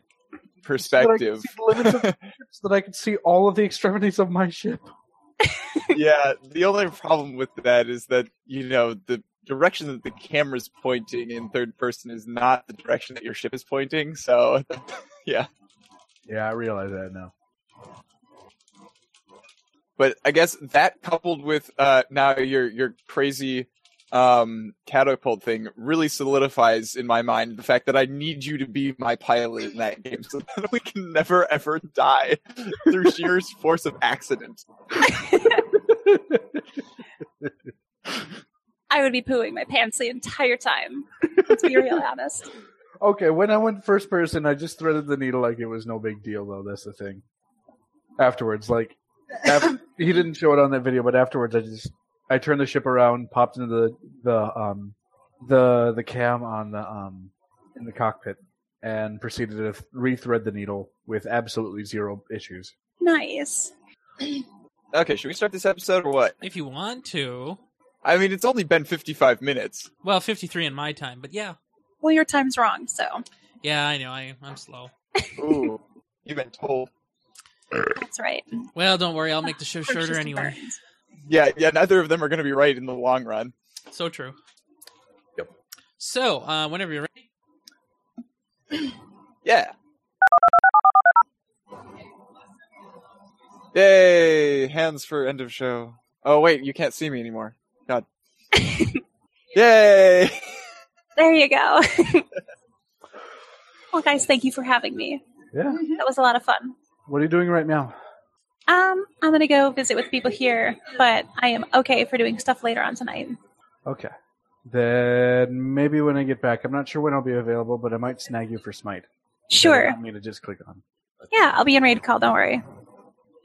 [SPEAKER 5] perspective.
[SPEAKER 2] So that I could see the limits of the ship, so that I could see all of the extremities of my ship.
[SPEAKER 5] yeah, the only problem with that is that you know the direction that the camera's pointing in third person is not the direction that your ship is pointing. So
[SPEAKER 2] Yeah, I realize that now.
[SPEAKER 5] but I guess that coupled with uh, now your your crazy um, catapult thing really solidifies in my mind the fact that I need you to be my pilot in that game so that we can never ever die through sheer force of accident.
[SPEAKER 7] I would be pooing my pants the entire time. Let's be real honest.
[SPEAKER 2] Okay, when I went first person, I just threaded the needle like it was no big deal, though. That's the thing. Afterwards, like af he didn't show it on that video, but afterwards, I just I turned the ship around, popped into the the um the the cam on the um in the cockpit, and proceeded to th- rethread the needle with absolutely zero issues.
[SPEAKER 7] Nice.
[SPEAKER 5] Okay, should we start this episode or what?
[SPEAKER 6] If you want to.
[SPEAKER 5] I mean, it's only been 55 minutes.
[SPEAKER 6] Well, 53 in my time, but yeah.
[SPEAKER 7] Well, your time's wrong, so
[SPEAKER 6] Yeah, I know. I, I'm slow.
[SPEAKER 5] Ooh, you've been told.
[SPEAKER 7] that's right.
[SPEAKER 6] Well, don't worry. I'll make the show shorter anyway.
[SPEAKER 5] Yeah, yeah, neither of them are going to be right in the long run.
[SPEAKER 6] So true. Yep. So, uh, whenever you're ready.
[SPEAKER 5] Yeah. Yay! Hands for end of show. Oh wait, you can't see me anymore. God. Yay!
[SPEAKER 7] There you go. well, guys, thank you for having me.
[SPEAKER 2] Yeah.
[SPEAKER 7] That was a lot of fun.
[SPEAKER 2] What are you doing right now?
[SPEAKER 7] Um, I'm gonna go visit with people here, but I am okay for doing stuff later on tonight.
[SPEAKER 2] Okay. Then maybe when I get back, I'm not sure when I'll be available, but I might snag you for Smite.
[SPEAKER 7] Sure.
[SPEAKER 2] I'm to just click on.
[SPEAKER 7] Yeah, I'll be in raid call. Don't worry.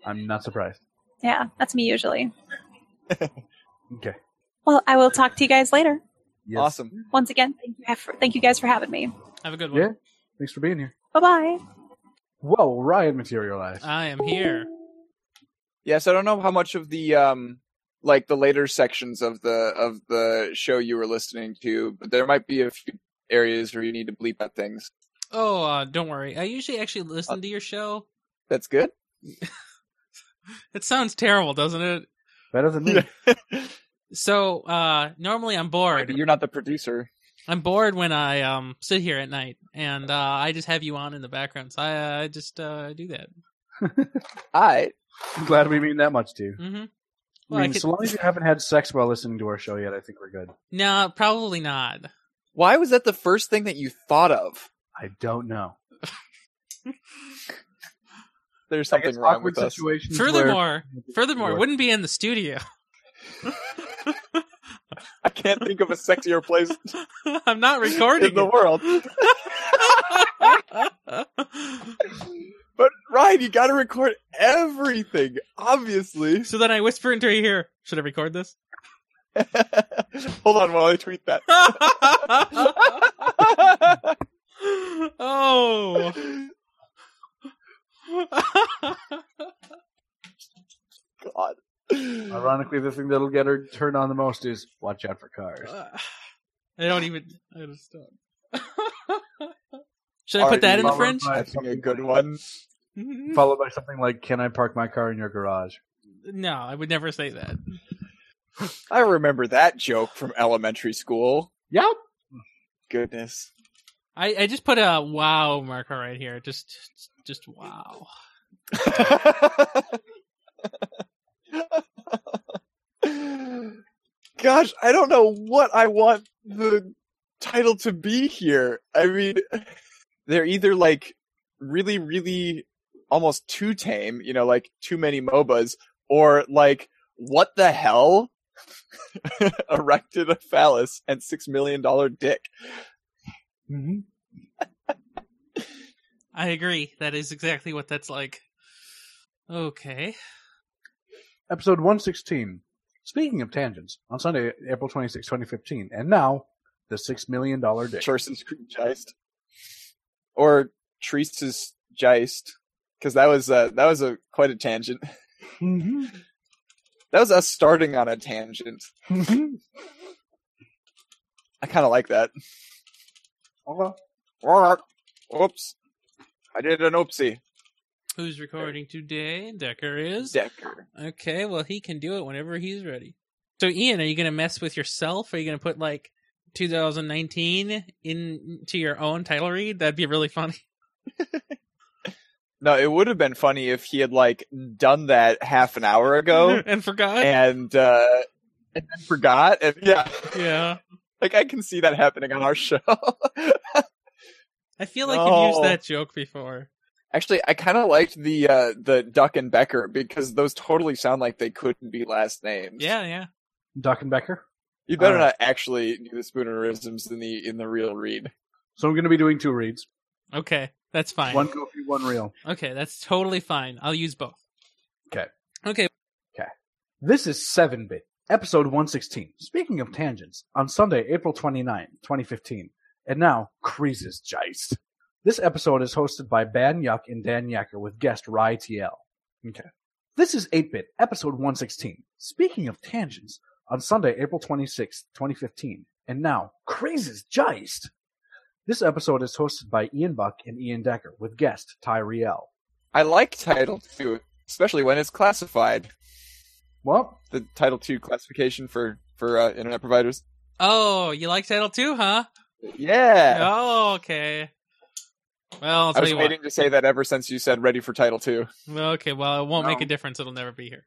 [SPEAKER 2] I'm not surprised.
[SPEAKER 7] Yeah, that's me usually.
[SPEAKER 2] Okay.
[SPEAKER 7] Well, I will talk to you guys later.
[SPEAKER 2] Yes.
[SPEAKER 5] Awesome.
[SPEAKER 7] Once again, thank you, for, thank you guys for having me.
[SPEAKER 6] Have a good one.
[SPEAKER 2] Yeah. Thanks for being here.
[SPEAKER 7] Bye bye.
[SPEAKER 2] Whoa, Ryan materialized.
[SPEAKER 5] Uh,
[SPEAKER 6] I am here.
[SPEAKER 5] Yes, I don't know how much of the um like the later sections of the of the show you were listening to, but there might be a few areas where you need to bleep out things.
[SPEAKER 6] Oh, uh, don't worry. I usually actually
[SPEAKER 2] Uh.
[SPEAKER 6] listen to your show.
[SPEAKER 5] That's good.
[SPEAKER 6] It sounds terrible, doesn't it?
[SPEAKER 2] Better than me.
[SPEAKER 6] So, uh, normally I'm
[SPEAKER 5] But
[SPEAKER 6] bored.
[SPEAKER 5] You're not the producer.
[SPEAKER 6] I'm bored when I um sit here at night, and uh, I just have you on in the background. So I, I just uh, do that.
[SPEAKER 5] I
[SPEAKER 2] I'm glad we mean that much to you.
[SPEAKER 6] Mm-hmm.
[SPEAKER 2] I
[SPEAKER 6] Well, I
[SPEAKER 2] mean,
[SPEAKER 6] could...
[SPEAKER 2] so long as you haven't had sex while listening to our show yet, I think we're good.
[SPEAKER 6] no, probably not.
[SPEAKER 5] why was that the first thing that you thought of?
[SPEAKER 2] I don't know.
[SPEAKER 5] There's something wrong with us.
[SPEAKER 2] situations.
[SPEAKER 6] Furthermore, furthermore, it
[SPEAKER 2] Where-
[SPEAKER 6] wouldn't be in the studio.
[SPEAKER 5] I can't think of a sexier place
[SPEAKER 6] I'm not
[SPEAKER 5] in
[SPEAKER 6] recording.
[SPEAKER 5] the world.
[SPEAKER 6] it.
[SPEAKER 5] But Ryan, you got to record everything, obviously.
[SPEAKER 6] so then I whisper into your ear. Should I record this?
[SPEAKER 5] Hold on while I tweet that.
[SPEAKER 6] oh.
[SPEAKER 5] God.
[SPEAKER 2] ironically, the thing that'll get her turned on the most is watch out for cars.
[SPEAKER 6] Uh, I don't even. I just don't. Should I
[SPEAKER 5] Are
[SPEAKER 6] put that
[SPEAKER 5] you
[SPEAKER 6] in the
[SPEAKER 2] followed
[SPEAKER 6] fringe?
[SPEAKER 2] by
[SPEAKER 5] I think a good one.
[SPEAKER 6] Mhm.
[SPEAKER 2] Followed by something like, "Can I park my car in your garage?"
[SPEAKER 6] No, I would never say that.
[SPEAKER 5] I remember that joke from elementary school.
[SPEAKER 2] Yep.
[SPEAKER 5] Goodness.
[SPEAKER 6] I, I just put a wow marker right here. Just just wow.
[SPEAKER 5] Gosh, I don't know what I want the title to be here. I mean, they're either like really, really almost too tame, you know, like too many MOBAs, or like, what the hell? Erected a phallus and six million dollar dick.
[SPEAKER 2] Mm-hmm.
[SPEAKER 6] I agree. That is exactly what that's like. Okay.
[SPEAKER 2] episode 116. Speaking of tangents, on Sunday, April 26, 2015, and now, the $6 million day.
[SPEAKER 5] Chorson's Geist. Or Treese's Geist. Because that was uh, that was a quite a tangent. That was us starting on a tangent.
[SPEAKER 2] Mhm.
[SPEAKER 5] I kind of like that.
[SPEAKER 2] Okay.
[SPEAKER 5] Oops. I did an oopsie.
[SPEAKER 6] Who's recording today? Decker is.
[SPEAKER 5] Decker.
[SPEAKER 6] Okay, well he can do it whenever he's ready. So Ian, are you gonna mess with yourself? Are you gonna put like 2019 into your own title read? That'd be really funny.
[SPEAKER 5] No, it would have been funny if he had like done that half an hour ago
[SPEAKER 6] and forgot.
[SPEAKER 5] and uh and then forgot. And yeah,
[SPEAKER 6] yeah,
[SPEAKER 5] like I can see that happening on our show.
[SPEAKER 6] I feel like you've used
[SPEAKER 5] No.
[SPEAKER 6] that joke before.
[SPEAKER 5] Actually, I kind of liked the uh the Duck and Becker because those totally sound like they couldn't be last names.
[SPEAKER 6] Yeah, yeah.
[SPEAKER 2] Duckenbecker.
[SPEAKER 5] You better
[SPEAKER 2] Uh.
[SPEAKER 5] not actually do the spoonerisms in the in the real read.
[SPEAKER 2] So I'm going to be doing two reads.
[SPEAKER 6] Okay, that's fine.
[SPEAKER 2] One goofy, one real.
[SPEAKER 6] Okay, that's totally fine. I'll use both.
[SPEAKER 2] Okay.
[SPEAKER 6] Okay.
[SPEAKER 2] This is 7 Bit, episode 116. Speaking of tangents, on Sunday, April 29, 2015. And now, Creases Geist. This episode is hosted by Ban Yuck and Dan Yacker with guest Rai TL. Okay. This is 8 Bit, episode 116. Speaking of tangents, on Sunday, April 26, 2015. And now, Creases Geist. This episode is hosted by Ian Buck and Ian Decker with guest Ty Riel.
[SPEAKER 5] I like Title Two, especially when it's classified.
[SPEAKER 2] Well,
[SPEAKER 5] The Title Two classification for for uh, internet providers.
[SPEAKER 6] Oh, you like title too, huh?
[SPEAKER 5] Yeah,
[SPEAKER 6] Oh, okay. Well, I'll
[SPEAKER 5] I
[SPEAKER 6] tell
[SPEAKER 5] was
[SPEAKER 6] you
[SPEAKER 5] waiting to say that ever since you said ready for Title Two.
[SPEAKER 6] what. Okay, well, it won't make a
[SPEAKER 2] No.
[SPEAKER 6] difference. It'll never be here.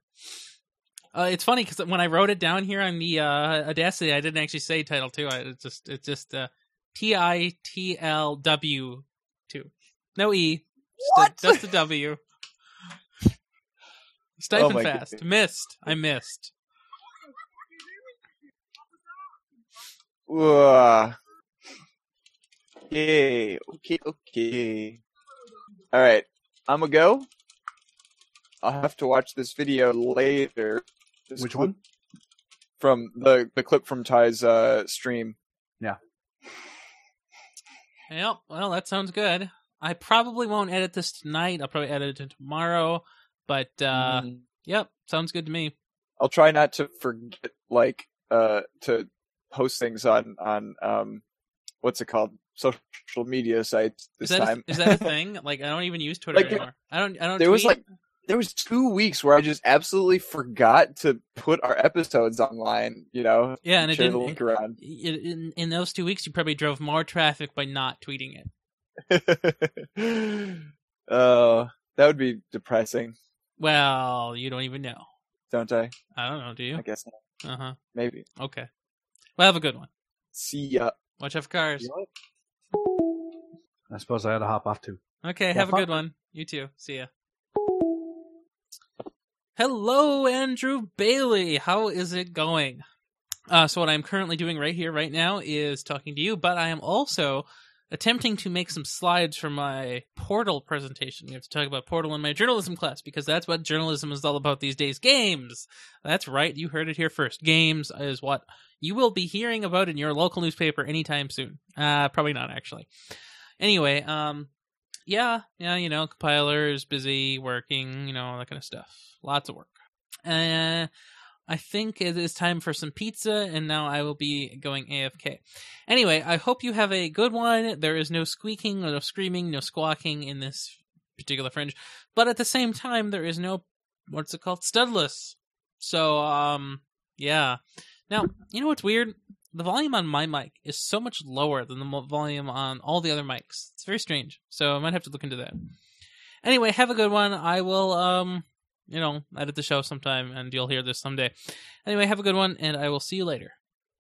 [SPEAKER 6] Uh, it's funny because when I wrote it down here on the uh, Audacity, I didn't actually say title two. I it just it's just uh, T I T L W two, no E,
[SPEAKER 5] What?
[SPEAKER 6] just a, just a W. Stipend
[SPEAKER 5] Oh my
[SPEAKER 6] fast,
[SPEAKER 5] goodness.
[SPEAKER 6] missed. I missed.
[SPEAKER 5] Ugh. Okay, okay, okay. All right, I'm gonna go. I'll have to watch this video later. This
[SPEAKER 2] which
[SPEAKER 5] clip
[SPEAKER 2] one?
[SPEAKER 5] From the the clip from Ty's uh, stream.
[SPEAKER 6] Yep. Well, that sounds good. I probably won't edit this tonight. I'll probably edit it tomorrow. But uh
[SPEAKER 5] Mm.
[SPEAKER 6] yep, sounds good to me.
[SPEAKER 5] I'll try not to forget like uh to post things on on um what's it called social media sites
[SPEAKER 6] Is
[SPEAKER 5] this
[SPEAKER 6] that a,
[SPEAKER 5] time.
[SPEAKER 6] is that a thing? Like I don't even use Twitter
[SPEAKER 5] Like,
[SPEAKER 6] anymore. I don't. I don't.
[SPEAKER 5] there was
[SPEAKER 6] tweet.
[SPEAKER 5] like there was two weeks where I just absolutely forgot to put our episodes online. You know,
[SPEAKER 6] yeah, and it
[SPEAKER 5] share the
[SPEAKER 6] didn't.
[SPEAKER 5] link around.
[SPEAKER 6] in, in- in those two weeks, you probably drove more traffic by not tweeting it.
[SPEAKER 5] uh, that would be depressing,
[SPEAKER 6] Well, you don't even know.
[SPEAKER 5] don't I?
[SPEAKER 6] I don't know. Do
[SPEAKER 5] I
[SPEAKER 6] you?
[SPEAKER 5] guess not.
[SPEAKER 6] Uh huh.
[SPEAKER 5] Maybe.
[SPEAKER 6] Okay. Well, have a good one.
[SPEAKER 5] See ya.
[SPEAKER 6] Watch out for cars.
[SPEAKER 2] I suppose I had to hop off too.
[SPEAKER 6] Okay,
[SPEAKER 2] Yeah,
[SPEAKER 6] have a
[SPEAKER 2] fuck.
[SPEAKER 6] good one. You too. See ya. Hello, Andrew Bailey. How is it going? Uh, so, what I'm currently doing right here, right now, is talking to you, but I am also attempting to make some slides for my Portal presentation. We have to talk about Portal in my journalism class because that's what journalism is all about these days games. That's right, you heard it here first. Games is what you will be hearing about in your local newspaper anytime soon. Uh, probably not, actually. Anyway, um, yeah, yeah, you know, compilers, busy working, you know, all that kind of stuff. Lots of work. Uh, I think it is time for some pizza, and now I will be going AFK. Anyway, I hope you have a good one. There is no squeaking, no screaming, no squawking in this particular fringe, but at the same time, there is no what's it called, studless. So, um, yeah. Now, you know what's weird? the volume on my mic is so much lower than the mo- volume on all the other mics. It's very strange. So I might have to look into that. Anyway, have a good one. I will um you know, edit the show sometime and you'll hear this someday. Anyway, have a good one and I will see you later.